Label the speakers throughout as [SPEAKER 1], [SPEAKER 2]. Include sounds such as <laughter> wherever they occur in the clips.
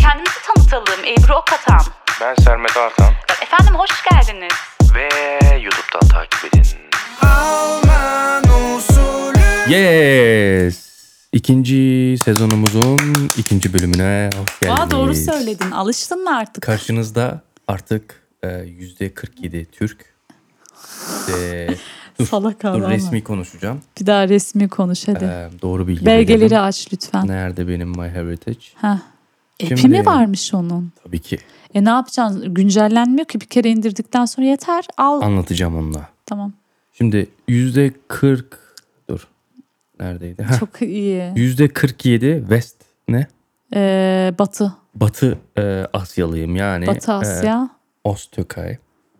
[SPEAKER 1] kendimizi tanıtalım. Ebru Okatan.
[SPEAKER 2] Ben Sermet Artan
[SPEAKER 1] Efendim hoş geldiniz.
[SPEAKER 2] ve YouTube'dan takip edin.
[SPEAKER 3] Yes. İkinci sezonumuzun ikinci bölümüne hoş geldiniz.
[SPEAKER 1] Aa, doğru söyledin. Alıştın mı artık?
[SPEAKER 3] Karşınızda artık e, yüzde 47 Türk. E, dur,
[SPEAKER 1] <laughs> Salak
[SPEAKER 3] dur
[SPEAKER 1] adam.
[SPEAKER 3] resmi konuşacağım.
[SPEAKER 1] Bir daha resmi konuş hadi.
[SPEAKER 3] E, doğru bilgi
[SPEAKER 1] Belgeleri
[SPEAKER 3] veriyorum.
[SPEAKER 1] aç lütfen.
[SPEAKER 3] Nerede benim My Heritage?
[SPEAKER 1] Ha. Epi
[SPEAKER 3] Şimdi-
[SPEAKER 1] mi varmış onun?
[SPEAKER 3] Tabii ki
[SPEAKER 1] E ne yapacaksın? Güncellenmiyor ki bir kere indirdikten sonra yeter. Al.
[SPEAKER 3] anlatacağım onunla.
[SPEAKER 1] Tamam.
[SPEAKER 3] Şimdi yüzde 40 dur neredeydi? <laughs> Heh,
[SPEAKER 1] Çok iyi.
[SPEAKER 3] Yüzde 47 West ne?
[SPEAKER 1] Ee, batı.
[SPEAKER 3] Batı e, Asyalıyım yani.
[SPEAKER 1] Batı
[SPEAKER 3] e,
[SPEAKER 1] Asya.
[SPEAKER 3] Öztökay,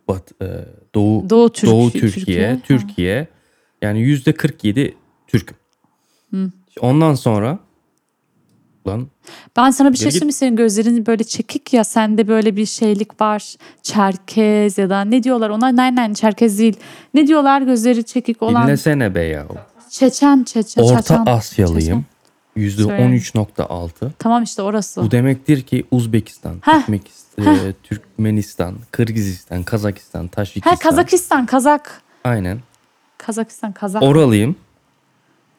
[SPEAKER 3] Bat, e, Doğu,
[SPEAKER 1] Doğu Türk-
[SPEAKER 3] Doğu
[SPEAKER 1] Türkiye,
[SPEAKER 3] Türkiye,
[SPEAKER 1] ha.
[SPEAKER 3] Türkiye, yani yüzde 47 Türk'üm. Ondan sonra lan
[SPEAKER 1] Ben sana bir şey
[SPEAKER 3] Geri git.
[SPEAKER 1] söyleyeyim mi? Senin gözlerin böyle çekik ya. Sende böyle bir şeylik var. Çerkez ya da ne diyorlar ona? Nein nein Çerkez değil. Ne diyorlar gözleri çekik olan?
[SPEAKER 3] dinlesene be ya.
[SPEAKER 1] Çeçen Çeçen.
[SPEAKER 3] Orta
[SPEAKER 1] Çeçen.
[SPEAKER 3] Asyalıyım. Yüzde
[SPEAKER 1] Söyle.
[SPEAKER 3] 13.6.
[SPEAKER 1] Tamam işte orası.
[SPEAKER 3] Bu demektir ki Uzbekistan,
[SPEAKER 1] Heh.
[SPEAKER 3] Türkmenistan, e, Türkmenistan, Kırgızistan, Kazakistan, Taşikistan.
[SPEAKER 1] ha Kazakistan Kazak.
[SPEAKER 3] Aynen.
[SPEAKER 1] Kazakistan Kazak.
[SPEAKER 3] Oralıyım.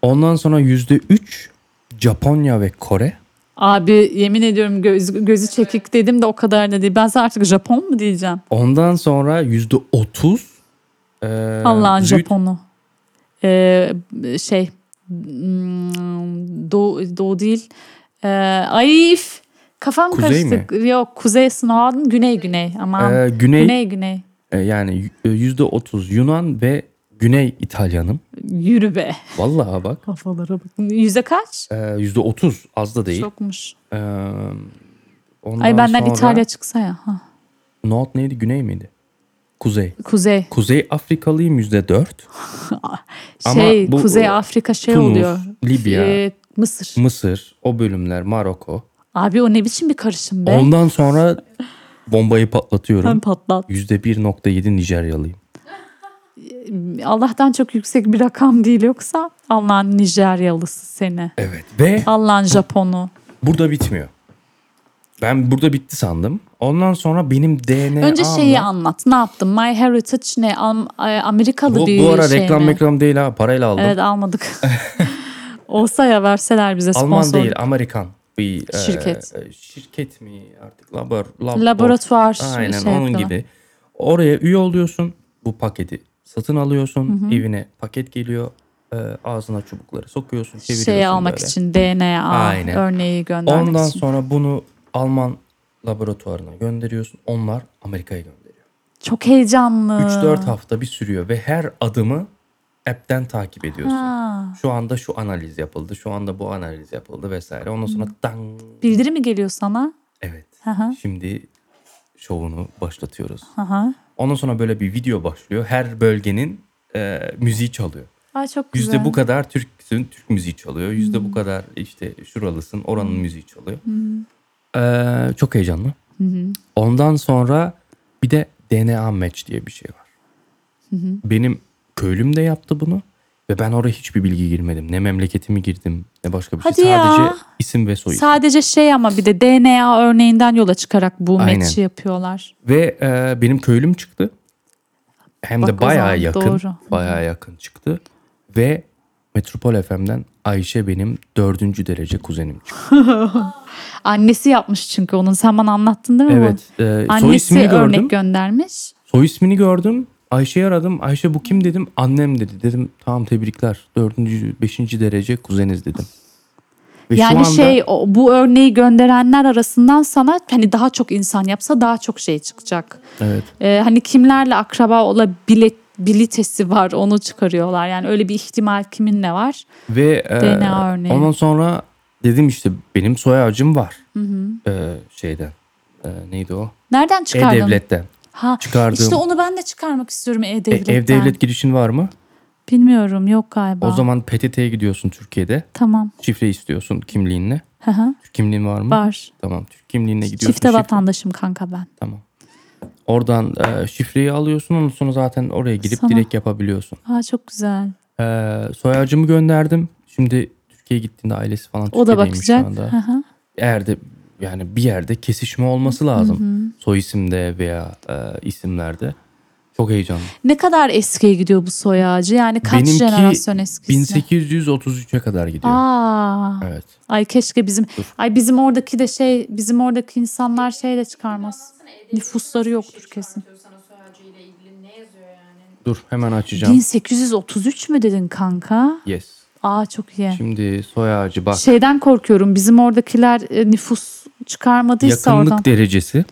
[SPEAKER 3] Ondan sonra yüzde 3 Japonya ve Kore.
[SPEAKER 1] Abi yemin ediyorum göz, gözü çekik dedim de o kadar da değil. Ben sana artık Japon mu diyeceğim?
[SPEAKER 3] Ondan sonra yüzde otuz e,
[SPEAKER 1] Allah'ın Japonu. Ee, şey hmm, doğu, doğu değil. Ee, ay üf, kafam
[SPEAKER 3] Kuzey Ee,
[SPEAKER 1] karıştı. Yok kuzey sınavın güney güney ama
[SPEAKER 3] güney,
[SPEAKER 1] güney güney.
[SPEAKER 3] e, yani yüzde otuz Yunan ve Güney İtalyanım.
[SPEAKER 1] Yürü be.
[SPEAKER 3] Vallahi bak e,
[SPEAKER 1] Kafalara bak. Yüze kaç?
[SPEAKER 3] yüzde otuz az da değil.
[SPEAKER 1] Çokmuş.
[SPEAKER 3] E, ondan
[SPEAKER 1] Ay benden
[SPEAKER 3] sonra-
[SPEAKER 1] İtalya çıksa ya. Ha.
[SPEAKER 3] North neydi Güney miydi? Kuzey.
[SPEAKER 1] Kuzey.
[SPEAKER 3] Kuzey Afrikalıyım yüzde dört. Ama
[SPEAKER 1] Şey
[SPEAKER 3] bu-
[SPEAKER 1] Kuzey Afrika şey
[SPEAKER 3] Tunus,
[SPEAKER 1] oluyor.
[SPEAKER 3] Libya.
[SPEAKER 1] Ee, Mısır.
[SPEAKER 3] Mısır, o bölümler, Maroko.
[SPEAKER 1] Abi o ne biçim bir karışım be?
[SPEAKER 3] Ondan sonra bombayı
[SPEAKER 1] Ben
[SPEAKER 3] patlatıyorum.
[SPEAKER 1] patlat.
[SPEAKER 3] Yüzde bir nokta yedi Nijeryalıyım.
[SPEAKER 1] Allah'tan çok yüksek bir rakam değil yoksa Allah'ın Nijeryalısı seni.
[SPEAKER 3] Evet ve
[SPEAKER 1] Allah'ın Japonu.
[SPEAKER 3] burada bitmiyor. Ben burada bitti sandım. Ondan sonra benim DNA
[SPEAKER 1] Önce şeyi anlat. Ne yaptın? My Heritage ne? Am- e, Amerikalı
[SPEAKER 3] bu,
[SPEAKER 1] bir
[SPEAKER 3] bu ara
[SPEAKER 1] şey
[SPEAKER 3] reklam
[SPEAKER 1] mi?
[SPEAKER 3] reklam değil ha parayla aldım.
[SPEAKER 1] Evet
[SPEAKER 3] <laughs>
[SPEAKER 1] almadık. Olsa ya verseler bize sponsor.
[SPEAKER 3] Alman değil Amerikan bir e,
[SPEAKER 1] Şirket.
[SPEAKER 3] e, şirket mi artık labor, labor-
[SPEAKER 1] Laboratuvar
[SPEAKER 3] Aynen
[SPEAKER 1] şey
[SPEAKER 3] onun
[SPEAKER 1] yapıyorlar.
[SPEAKER 3] gibi. Oraya üye oluyorsun. Bu paketi satın alıyorsun. Evine paket geliyor. E, ağzına çubukları sokuyorsun. çeviriyorsun
[SPEAKER 1] Şeyi şey almak
[SPEAKER 3] şey böyle.
[SPEAKER 1] için DNA
[SPEAKER 3] Aynen.
[SPEAKER 1] örneği göndermek
[SPEAKER 3] Ondan
[SPEAKER 1] için.
[SPEAKER 3] sonra bunu Alman laboratuvarına gönderiyorsun. Onlar Amerika'ya gönderiyor.
[SPEAKER 1] Çok heyecanlı.
[SPEAKER 3] 3-4 hafta bir sürüyor ve her adımı app'ten takip ediyorsun.
[SPEAKER 1] Ha.
[SPEAKER 3] Şu anda şu analiz yapıldı, şu anda bu analiz yapıldı vesaire. Ondan sonra dang.
[SPEAKER 1] Bildiri mi geliyor sana?
[SPEAKER 3] Evet.
[SPEAKER 1] Hı hı.
[SPEAKER 3] Şimdi şovunu başlatıyoruz.
[SPEAKER 1] Hı hı.
[SPEAKER 3] Ondan sonra böyle bir video başlıyor. Her bölgenin e, müziği çalıyor.
[SPEAKER 1] Ay çok güzel. Hmm.
[SPEAKER 3] Yüzde bu kadar Türksün, Türk müziği çalıyor. Yüzde bu kadar işte şuralısın, oranın müziği çalıyor. E, çok heyecanlı. Ondan sonra bir de DNA match diye bir şey var. Benim köylüm de yaptı bunu. Ve ben oraya hiçbir bilgi girmedim. Ne memleketimi girdim ne başka bir
[SPEAKER 1] Hadi
[SPEAKER 3] şey. Sadece
[SPEAKER 1] ya.
[SPEAKER 3] isim ve soy isim.
[SPEAKER 1] Sadece şey ama bir de DNA örneğinden yola çıkarak bu
[SPEAKER 3] Aynen.
[SPEAKER 1] match'i yapıyorlar.
[SPEAKER 3] Ve e, benim köylüm çıktı. Hem
[SPEAKER 1] Bak o
[SPEAKER 3] de bayağı
[SPEAKER 1] zaman
[SPEAKER 3] yakın.
[SPEAKER 1] doğru.
[SPEAKER 3] Bayağı yakın çıktı. Ve Metropol FM'den Ayşe benim dördüncü derece kuzenim çıktı.
[SPEAKER 1] Annesi yapmış çünkü onun. Sen bana anlattın değil mi? bunu?
[SPEAKER 3] Evet. e, soy
[SPEAKER 1] Annesi
[SPEAKER 3] ismini
[SPEAKER 1] örnek
[SPEAKER 3] gördüm.
[SPEAKER 1] göndermiş.
[SPEAKER 3] soy ismini gördüm. Ayşe'yi aradım. Ayşe bu kim dedim. Annem dedi. Dedim tamam tebrikler. Dördüncü, beşinci derece kuzeniz dedim. Ve şu
[SPEAKER 1] yani
[SPEAKER 3] anda
[SPEAKER 1] şey o- bu örneği gönderenler arasından sana hani daha çok insan yapsa daha çok şey çıkacak.
[SPEAKER 3] Evet.
[SPEAKER 1] Ee, hani kimlerle akraba olabilitesi var onu çıkarıyorlar. Yani öyle bir ihtimal kiminle var?
[SPEAKER 3] Ve e,
[SPEAKER 1] DNA örneği.
[SPEAKER 3] ondan sonra dedim işte benim soy ağacım var. E, şeyden. E, neydi o?
[SPEAKER 1] Nereden
[SPEAKER 3] E
[SPEAKER 1] çıkardın?
[SPEAKER 3] E-Devlet'ten.
[SPEAKER 1] Ha,
[SPEAKER 3] çıkardığım-
[SPEAKER 1] İşte onu ben de çıkarmak istiyorum
[SPEAKER 3] E,
[SPEAKER 1] E-Devlet'ten.
[SPEAKER 3] ev devlet girişin var mı?
[SPEAKER 1] Bilmiyorum yok galiba.
[SPEAKER 3] O zaman PTT'ye gidiyorsun Türkiye'de.
[SPEAKER 1] Tamam.
[SPEAKER 3] Şifre istiyorsun kimliğinle.
[SPEAKER 1] Hı hı.
[SPEAKER 3] Türk kimliğin var mı?
[SPEAKER 1] Var.
[SPEAKER 3] Tamam. Türk kimliğinle gidiyorsun.
[SPEAKER 1] Çifte
[SPEAKER 3] şifre-
[SPEAKER 1] vatandaşım kanka ben.
[SPEAKER 3] Tamam. Oradan e, şifreyi alıyorsun. Ondan sonra zaten oraya girip
[SPEAKER 1] Sana.
[SPEAKER 3] direkt yapabiliyorsun.
[SPEAKER 1] Aa çok güzel.
[SPEAKER 3] E, soy ağacımı gönderdim. Şimdi Türkiye'ye gittiğinde ailesi falan
[SPEAKER 1] O da
[SPEAKER 3] Türkiye'deymiş şu
[SPEAKER 1] bakacak.
[SPEAKER 3] anda.
[SPEAKER 1] Hı hı.
[SPEAKER 3] Eğer de yani bir yerde kesişme olması lazım. Soy isimde veya e, isimlerde. Çok heyecanlı.
[SPEAKER 1] Ne kadar eskiye gidiyor bu soy ağacı? Yani kaç
[SPEAKER 3] Benimki
[SPEAKER 1] jenerasyon eskisi?
[SPEAKER 3] 1833'e kadar gidiyor.
[SPEAKER 1] Aa.
[SPEAKER 3] Evet.
[SPEAKER 1] Ay keşke bizim
[SPEAKER 3] Dur.
[SPEAKER 1] ay bizim oradaki de şey bizim oradaki insanlar şeyle çıkarmaz. Nüfusları yoktur kesin.
[SPEAKER 4] Sana su ağacıyla ilgili ne yazıyor yani?
[SPEAKER 3] Dur hemen açacağım.
[SPEAKER 1] 1833 mü dedin kanka?
[SPEAKER 3] Yes.
[SPEAKER 1] Aa çok iyi.
[SPEAKER 3] Şimdi soy ağacı bak.
[SPEAKER 1] Şeyden korkuyorum. Bizim oradakiler e, nüfus çıkarmadıysa
[SPEAKER 3] Yakınlık
[SPEAKER 1] oradan.
[SPEAKER 3] derecesi,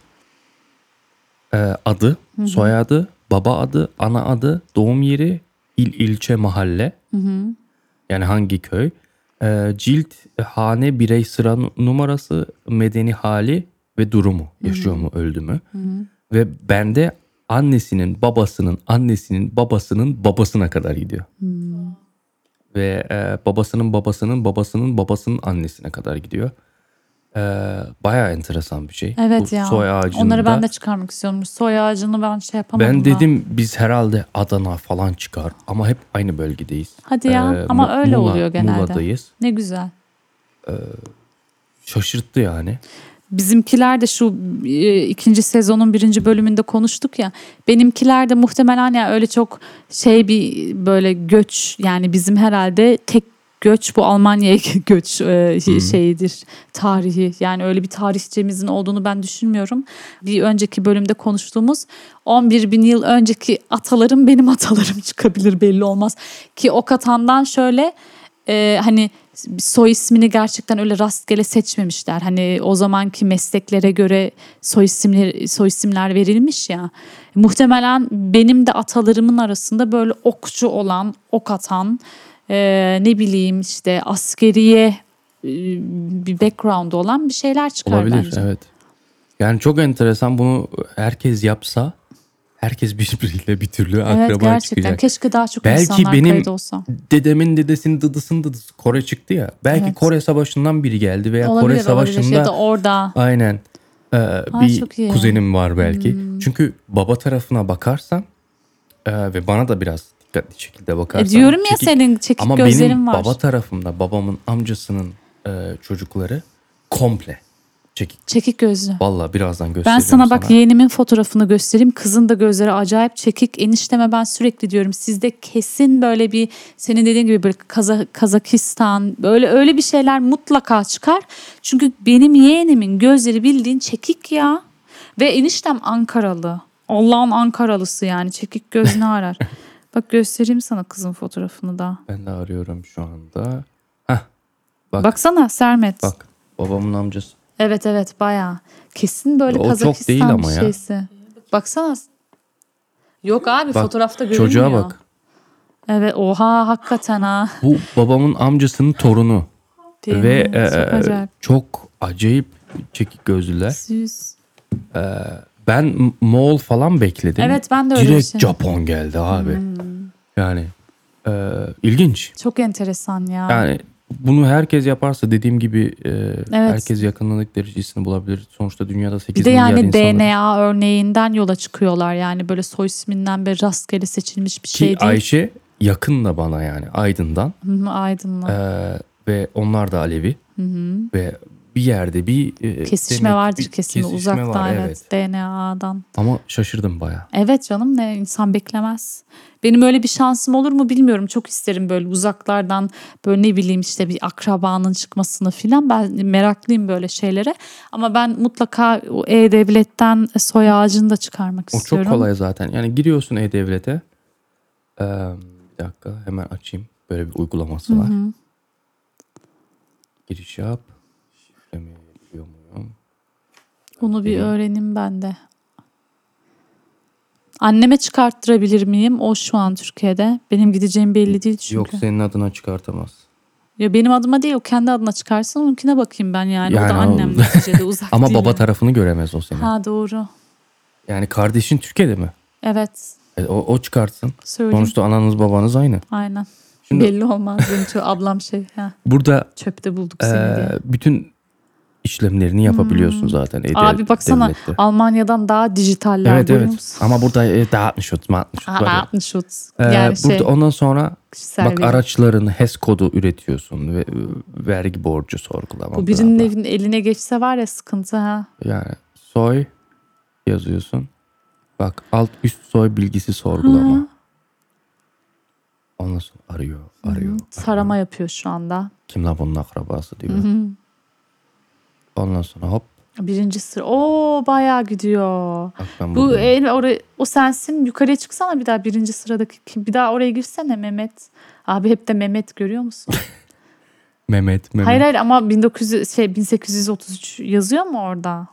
[SPEAKER 3] e, adı, soyadı, baba adı, ana adı, doğum yeri, il, ilçe, mahalle. Yani hangi köy. E, cilt, hane, birey, sıra nu- numarası, medeni hali ve durumu. Yaşıyor mu, öldü mü? Ve bende annesinin, babasının, annesinin, babasının, babasına kadar gidiyor.
[SPEAKER 1] Hmm.
[SPEAKER 3] Ve e, babasının, babasının, babasının, babasının annesine kadar gidiyor. E, bayağı enteresan bir şey.
[SPEAKER 1] Evet
[SPEAKER 3] Bu
[SPEAKER 1] ya.
[SPEAKER 3] Soy ağacında.
[SPEAKER 1] Onları ben de çıkarmak istiyorum. Soy ağacını ben şey yapamadım.
[SPEAKER 3] Ben
[SPEAKER 1] da.
[SPEAKER 3] dedim biz herhalde Adana falan çıkar ama hep aynı bölgedeyiz.
[SPEAKER 1] Hadi ya.
[SPEAKER 3] E,
[SPEAKER 1] Ama
[SPEAKER 3] Mu-
[SPEAKER 1] öyle
[SPEAKER 3] Muğla-
[SPEAKER 1] oluyor genelde.
[SPEAKER 3] Muğla'dayız.
[SPEAKER 1] Ne güzel.
[SPEAKER 3] Şaşırttı yani.
[SPEAKER 1] Bizimkiler de şu e, ikinci sezonun birinci bölümünde konuştuk ya. Benimkiler de muhtemelen ya öyle çok şey bir böyle göç yani bizim herhalde tek göç bu Almanya'ya <laughs> göç e, şeyidir tarihi. Yani öyle bir tarihçemizin olduğunu ben düşünmüyorum. Bir önceki bölümde konuştuğumuz 11 bin yıl önceki atalarım benim atalarım <laughs> çıkabilir belli olmaz. Ki o katandan şöyle e, hani soy ismini gerçekten öyle rastgele seçmemişler. Hani o zamanki mesleklere göre soy isimler soy isimler verilmiş ya. Muhtemelen benim de atalarımın arasında böyle okçu olan, ok atan, e, ne bileyim işte askeriye e, bir background olan bir şeyler çıkar
[SPEAKER 3] Olabilir
[SPEAKER 1] bence.
[SPEAKER 3] evet. Yani çok enteresan bunu herkes yapsa herkes <laughs> birbiriyle bir türlü akraba
[SPEAKER 1] Evet gerçekten.
[SPEAKER 3] çıkacak.
[SPEAKER 1] Keşke daha çok
[SPEAKER 3] Belki
[SPEAKER 1] insanlar
[SPEAKER 3] benim-
[SPEAKER 1] kayıt olsa.
[SPEAKER 3] Dedemin dedesinin dıdısının dıdısı Kore çıktı ya. Belki
[SPEAKER 1] Evet.
[SPEAKER 3] Kore Savaşı'ndan biri geldi veya
[SPEAKER 1] Olabilir,
[SPEAKER 3] Kore Savaşı'nda
[SPEAKER 1] olabilir. Şey Ya da orada.
[SPEAKER 3] aynen e,
[SPEAKER 1] çok
[SPEAKER 3] bir
[SPEAKER 1] iyi. Hmm.
[SPEAKER 3] kuzenim var belki. Çünkü baba tarafına bakarsan e, ve bana da biraz dikkatli şekilde bakarsan.
[SPEAKER 1] E, diyorum ya
[SPEAKER 3] çekik-
[SPEAKER 1] senin çekik
[SPEAKER 3] Ama
[SPEAKER 1] gözlerin
[SPEAKER 3] benim
[SPEAKER 1] var.
[SPEAKER 3] baba tarafımda babamın amcasının e, çocukları komple çekik.
[SPEAKER 1] Çekik gözlü.
[SPEAKER 3] Vallahi birazdan
[SPEAKER 1] Ben
[SPEAKER 3] göstereceğim
[SPEAKER 1] sana bak yeğenimin fotoğrafını göstereyim. Kızın da gözleri acayip çekik. Enişteme ben sürekli diyorum sizde kesin böyle bir senin dediğin gibi böyle Kaza- Kazakistan böyle öyle bir şeyler mutlaka çıkar. Çünkü benim yeğenimin gözleri bildiğin çekik ya. Ve eniştem Ankaralı. Allah'ın Ankaralısı yani çekik göz
[SPEAKER 3] <laughs>
[SPEAKER 1] ne arar. bak göstereyim sana kızın fotoğrafını da.
[SPEAKER 3] Ben de arıyorum şu anda. Bak.
[SPEAKER 1] Baksana Sermet.
[SPEAKER 3] Bak babamın amcası.
[SPEAKER 1] Evet evet bayağı. Kesin böyle
[SPEAKER 3] O çok
[SPEAKER 1] Kazakistan
[SPEAKER 3] değil ama
[SPEAKER 1] bir
[SPEAKER 3] ya.
[SPEAKER 1] şeysi. Baksana. Yok abi
[SPEAKER 3] Bak,
[SPEAKER 1] fotoğrafta görünmüyor.
[SPEAKER 3] Çocuğa bak.
[SPEAKER 1] Evet oha hakikaten ha.
[SPEAKER 3] Bu babamın amcasının torunu.
[SPEAKER 1] Değil mi?
[SPEAKER 3] Ve e,
[SPEAKER 1] çok acayip.
[SPEAKER 3] çok acayip çekik gözlüler.
[SPEAKER 1] Süs.
[SPEAKER 3] Ben M- Moğol falan bekledim.
[SPEAKER 1] Evet, ben de öyle Hmm.
[SPEAKER 3] Direkt
[SPEAKER 1] bir şey.
[SPEAKER 3] Japon geldi abi. Yani e, ilginç.
[SPEAKER 1] Çok enteresan ya.
[SPEAKER 3] Yani bunu herkes yaparsa dediğim gibi e, herkes yakınlık derecesini bulabilir. Sonuçta dünyada 8
[SPEAKER 1] bir de
[SPEAKER 3] milyar
[SPEAKER 1] yani
[SPEAKER 3] insan var.
[SPEAKER 1] DNA örneğinden yola çıkıyorlar yani böyle soy isminden bir rastgele seçilmiş bir
[SPEAKER 3] Ki
[SPEAKER 1] şey değil.
[SPEAKER 3] Ayşe yakın da bana yani Aydın'dan
[SPEAKER 1] Hı hı, Aydın'la.
[SPEAKER 3] Ee, ve onlar da Alevi ve bir yerde bir e,
[SPEAKER 1] kesişme
[SPEAKER 3] demek ki
[SPEAKER 1] vardır
[SPEAKER 3] bir
[SPEAKER 1] kesin
[SPEAKER 3] kesişme
[SPEAKER 1] uzaktan
[SPEAKER 3] var,
[SPEAKER 1] evet DNA'dan.
[SPEAKER 3] Ama şaşırdım baya.
[SPEAKER 1] Evet canım ne insan beklemez. Benim öyle bir şansım olur mu bilmiyorum. Çok isterim böyle uzaklardan böyle ne bileyim işte bir akrabanın çıkmasını filan. Ben meraklıyım böyle şeylere. Ama ben mutlaka o E-Devlet'ten soy ağacını da çıkarmak
[SPEAKER 3] O
[SPEAKER 1] istiyorum.
[SPEAKER 3] çok kolay zaten. Yani giriyorsun E-Devlet'e. Ee, bir dakika hemen açayım. Böyle bir uygulaması var. Giriş yap. Şifremi yapıyor muyum?
[SPEAKER 1] Bunu bir öğrenim ben de. Anneme çıkarttırabilir miyim? O şu an Türkiye'de. Benim gideceğim belli değil çünkü.
[SPEAKER 3] Yok senin adına çıkartamaz.
[SPEAKER 1] Ya benim adıma değil o kendi adına çıkarsın onunkine bakayım ben yani. o
[SPEAKER 3] Yani
[SPEAKER 1] da
[SPEAKER 3] o- <laughs>
[SPEAKER 1] annem neticede uzak
[SPEAKER 3] Ama
[SPEAKER 1] değil.
[SPEAKER 3] baba tarafını göremez o senin.
[SPEAKER 1] Ha doğru.
[SPEAKER 3] Yani kardeşin Türkiye'de mi?
[SPEAKER 1] Evet.
[SPEAKER 3] E, o, o çıkartsın.
[SPEAKER 1] Söyleyeyim.
[SPEAKER 3] Sonuçta ananız babanız aynı.
[SPEAKER 1] Aynen.
[SPEAKER 3] Şimdi-
[SPEAKER 1] Belli olmaz. Benim şu ablam şey <laughs> ha,
[SPEAKER 3] Burada
[SPEAKER 1] çöpte bulduk
[SPEAKER 3] e,
[SPEAKER 1] seni diye.
[SPEAKER 3] bütün işlemlerini yapabiliyorsun zaten. Ede-
[SPEAKER 1] Hmm. Abi baksana
[SPEAKER 3] devlette.
[SPEAKER 1] Almanya'dan daha dijitaller
[SPEAKER 3] Evet
[SPEAKER 1] görüyor
[SPEAKER 3] evet.
[SPEAKER 1] musun?
[SPEAKER 3] Ama burada e, dağıtmış ot, mağıtmış ot var ya.
[SPEAKER 1] atmış şut.
[SPEAKER 3] Ee,
[SPEAKER 1] yani şey,
[SPEAKER 3] burada ondan sonra
[SPEAKER 1] kişisel
[SPEAKER 3] bak
[SPEAKER 1] veri.
[SPEAKER 3] araçların HES kodu üretiyorsun ve e, vergi borcu sorgulama.
[SPEAKER 1] Bu
[SPEAKER 3] bla
[SPEAKER 1] birinin
[SPEAKER 3] bla.
[SPEAKER 1] evin eline geçse var ya sıkıntı ha.
[SPEAKER 3] Yani soy yazıyorsun. Bak alt üst soy bilgisi sorgulama. Ondan sonra arıyor, arıyor.
[SPEAKER 1] Sarama yapıyor şu anda.
[SPEAKER 3] Kim lan bunun akrabası diyor. Ondan sonra hop
[SPEAKER 1] Birinci sıra. Oo bayağı gidiyor.
[SPEAKER 3] bak ben
[SPEAKER 1] Bu e-
[SPEAKER 3] buradayım.
[SPEAKER 1] el oraya, o sensin yukarıya çıksana bir daha birinci sıradaki. kim- Bir daha oraya girsene Mehmet. Abi hep de Mehmet görüyor musun?
[SPEAKER 3] Mehmet, Mehmet.
[SPEAKER 1] hayır hayır ama 1900 şey 1833 yazıyor mu orada?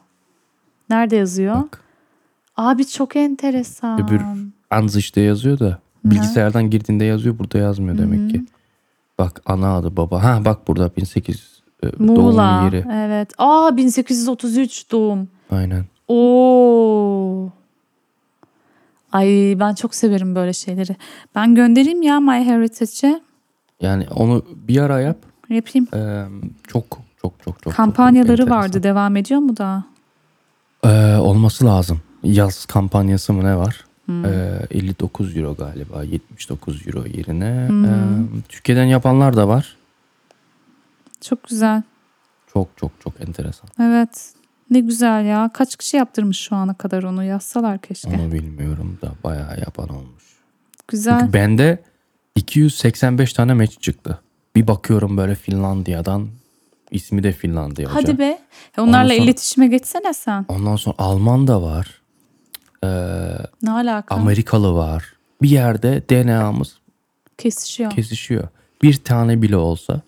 [SPEAKER 1] Nerede yazıyor?
[SPEAKER 3] Bak.
[SPEAKER 1] Abi çok enteresan.
[SPEAKER 3] Öbür Anz işte yazıyor da bilgisayardan girdiğinde yazıyor burada yazmıyor demek ki. Bak ana adı baba. Ha bak burada 18 e,
[SPEAKER 1] Muğla.
[SPEAKER 3] doğum yeri.
[SPEAKER 1] Evet. Aa 1833 doğum.
[SPEAKER 3] Aynen.
[SPEAKER 1] Oo. Ay ben çok severim böyle şeyleri. Ben göndereyim ya My Heritage'e.
[SPEAKER 3] Yani onu bir ara yap.
[SPEAKER 1] Yapayım.
[SPEAKER 3] Ee, çok çok çok çok, çok.
[SPEAKER 1] Kampanyaları
[SPEAKER 3] enteresan.
[SPEAKER 1] vardı. Devam ediyor mu daha?
[SPEAKER 3] Ee, olması lazım. Yaz kampanyası mı ne var? Ee, 59 euro galiba 79 euro yerine. Ee, Türkiye'den yapanlar da var.
[SPEAKER 1] Çok güzel.
[SPEAKER 3] Çok çok çok enteresan.
[SPEAKER 1] Evet. Ne güzel ya. Kaç kişi yaptırmış şu ana kadar onu yazsalar keşke.
[SPEAKER 3] Onu bilmiyorum da bayağı yapan olmuş.
[SPEAKER 1] Güzel.
[SPEAKER 3] Çünkü bende 285 tane meç çıktı. Bir bakıyorum böyle Finlandiya'dan ismi de Finlandiya hocam.
[SPEAKER 1] Hadi be. E, Onlarla
[SPEAKER 3] Ondan sonra-
[SPEAKER 1] iletişime geçsene sen.
[SPEAKER 3] Ondan sonra Alman da var. Ee,
[SPEAKER 1] Ne alaka?
[SPEAKER 3] Amerikalı var. Bir yerde DNA'mız
[SPEAKER 1] Kesişiyor.
[SPEAKER 3] kesişiyor. Bir tane bile olsa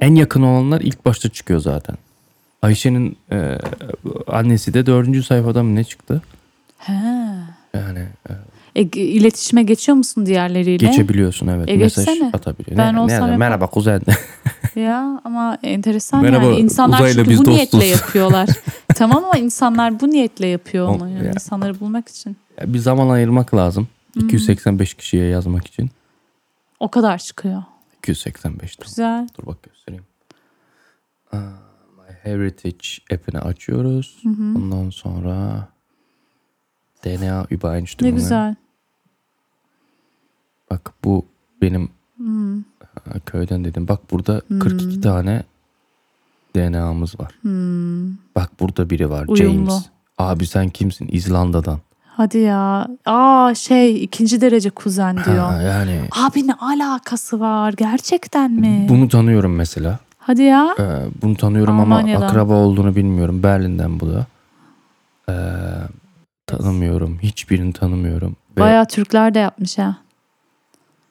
[SPEAKER 3] en yakın olanlar ilk başta çıkıyor zaten. Ayşe'nin e, annesi de dördüncü sayfada mı ne çıktı?
[SPEAKER 1] He.
[SPEAKER 3] Yani e,
[SPEAKER 1] E, g- iletişime geçiyor musun diğerleriyle?
[SPEAKER 3] geçebiliyorsun evet.
[SPEAKER 1] E,
[SPEAKER 3] Mesaj
[SPEAKER 1] geçsene.
[SPEAKER 3] atabiliyor.
[SPEAKER 1] Ben olsam
[SPEAKER 3] adam?
[SPEAKER 1] yapar-
[SPEAKER 3] Merhaba kuzen. <laughs>
[SPEAKER 1] Ya ama enteresan
[SPEAKER 3] Merhaba,
[SPEAKER 1] yani insanlar
[SPEAKER 3] uzayla
[SPEAKER 1] çünkü
[SPEAKER 3] biz
[SPEAKER 1] bu
[SPEAKER 3] dostuz. <laughs>
[SPEAKER 1] niyetle yapıyorlar. tamam ama insanlar bu niyetle yapıyor onu. Yani
[SPEAKER 3] Ya.
[SPEAKER 1] insanları bulmak için.
[SPEAKER 3] bir zaman ayırmak lazım. 285 kişiye yazmak
[SPEAKER 1] Hmm.
[SPEAKER 3] için.
[SPEAKER 1] O kadar çıkıyor.
[SPEAKER 3] 285 tamam.
[SPEAKER 1] Güzel.
[SPEAKER 3] Dur bak göstereyim. Aa, My Heritage app'ini açıyoruz. Ondan sonra DNA
[SPEAKER 1] Ne
[SPEAKER 3] Übereinstimmung.
[SPEAKER 1] güzel.
[SPEAKER 3] Bak bu benim Ha, köyden dedim. Bak burada 42 tane DNA'mız var. Bak burada biri var.
[SPEAKER 1] Uyumlu.
[SPEAKER 3] James. Abi sen kimsin? İzlanda'dan.
[SPEAKER 1] Hadi ya. Aa şey ikinci derece kuzen diyor.
[SPEAKER 3] Ha, yani
[SPEAKER 1] Abi ne alakası var? Gerçekten mi?
[SPEAKER 3] bunu tanıyorum mesela.
[SPEAKER 1] Hadi ya.
[SPEAKER 3] Ee, bunu tanıyorum ama
[SPEAKER 1] Almanya'dan.
[SPEAKER 3] akraba olduğunu bilmiyorum. Berlin'den bu da. Ee, tanımıyorum. Hiçbirini tanımıyorum. Ve
[SPEAKER 1] Bayağı Türkler de yapmış ha.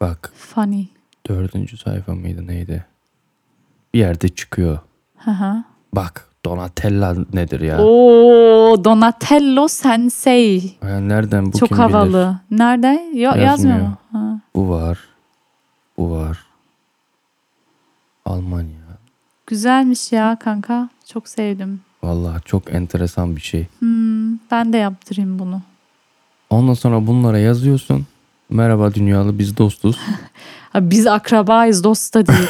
[SPEAKER 3] bak
[SPEAKER 1] Funny.
[SPEAKER 3] dördüncü sayfa mıydı neydi? Bir yerde çıkıyor.
[SPEAKER 1] Hı hı.
[SPEAKER 3] Bak Donatella nedir ya?
[SPEAKER 1] Oo Donatello Sensei.
[SPEAKER 3] Ya nereden bu
[SPEAKER 1] Çok
[SPEAKER 3] kim bilir?
[SPEAKER 1] havalı. Nerede? Yo, yazmıyor.
[SPEAKER 3] Yazmıyor.
[SPEAKER 1] mu? Ha.
[SPEAKER 3] Bu var. Bu var. Almanya.
[SPEAKER 1] Güzelmiş ya kanka. Çok sevdim. Hmm,
[SPEAKER 3] Vallahi çok enteresan bir şey.
[SPEAKER 1] Ben de yaptırayım bunu.
[SPEAKER 3] Ondan sonra bunlara yazıyorsun. Merhaba dünyalı biz dostuz.
[SPEAKER 1] Ha, Biz akrabayız, dost
[SPEAKER 3] <laughs>
[SPEAKER 1] da değil.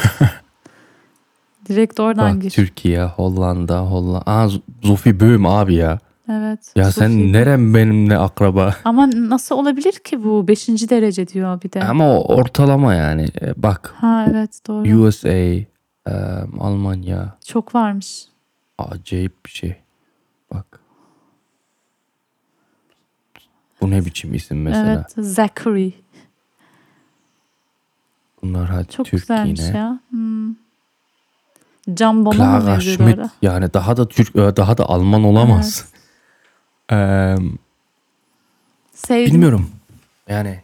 [SPEAKER 1] Direkt oradan
[SPEAKER 3] Bak
[SPEAKER 1] gir.
[SPEAKER 3] Türkiye, Hollanda, Hollanda. Aa Z- Zofi Böhm abi ya.
[SPEAKER 1] Evet.
[SPEAKER 3] Ya sen
[SPEAKER 1] Sofi.
[SPEAKER 3] nerem benimle akraba?
[SPEAKER 1] Ama nasıl olabilir ki bu? Beşinci derece diyor bir de.
[SPEAKER 3] Ama o ortalama yani. E, Bak
[SPEAKER 1] Ha evet doğru.
[SPEAKER 3] USA, e, Almanya.
[SPEAKER 1] Çok varmış.
[SPEAKER 3] Acayip bir şey. Bak. Bu ne biçim isim mesela?
[SPEAKER 1] Evet Zachary.
[SPEAKER 3] Bunlar hadi
[SPEAKER 1] Çok
[SPEAKER 3] Türk
[SPEAKER 1] güzelmiş
[SPEAKER 3] yine.
[SPEAKER 1] ya. Hmm. Can Bono mu
[SPEAKER 3] Clara
[SPEAKER 1] benziyor
[SPEAKER 3] Schmidt
[SPEAKER 1] böyle?
[SPEAKER 3] yani daha da Türk e, daha da Alman olamaz. Eee,
[SPEAKER 1] Sevdim.
[SPEAKER 3] bilmiyorum. Yani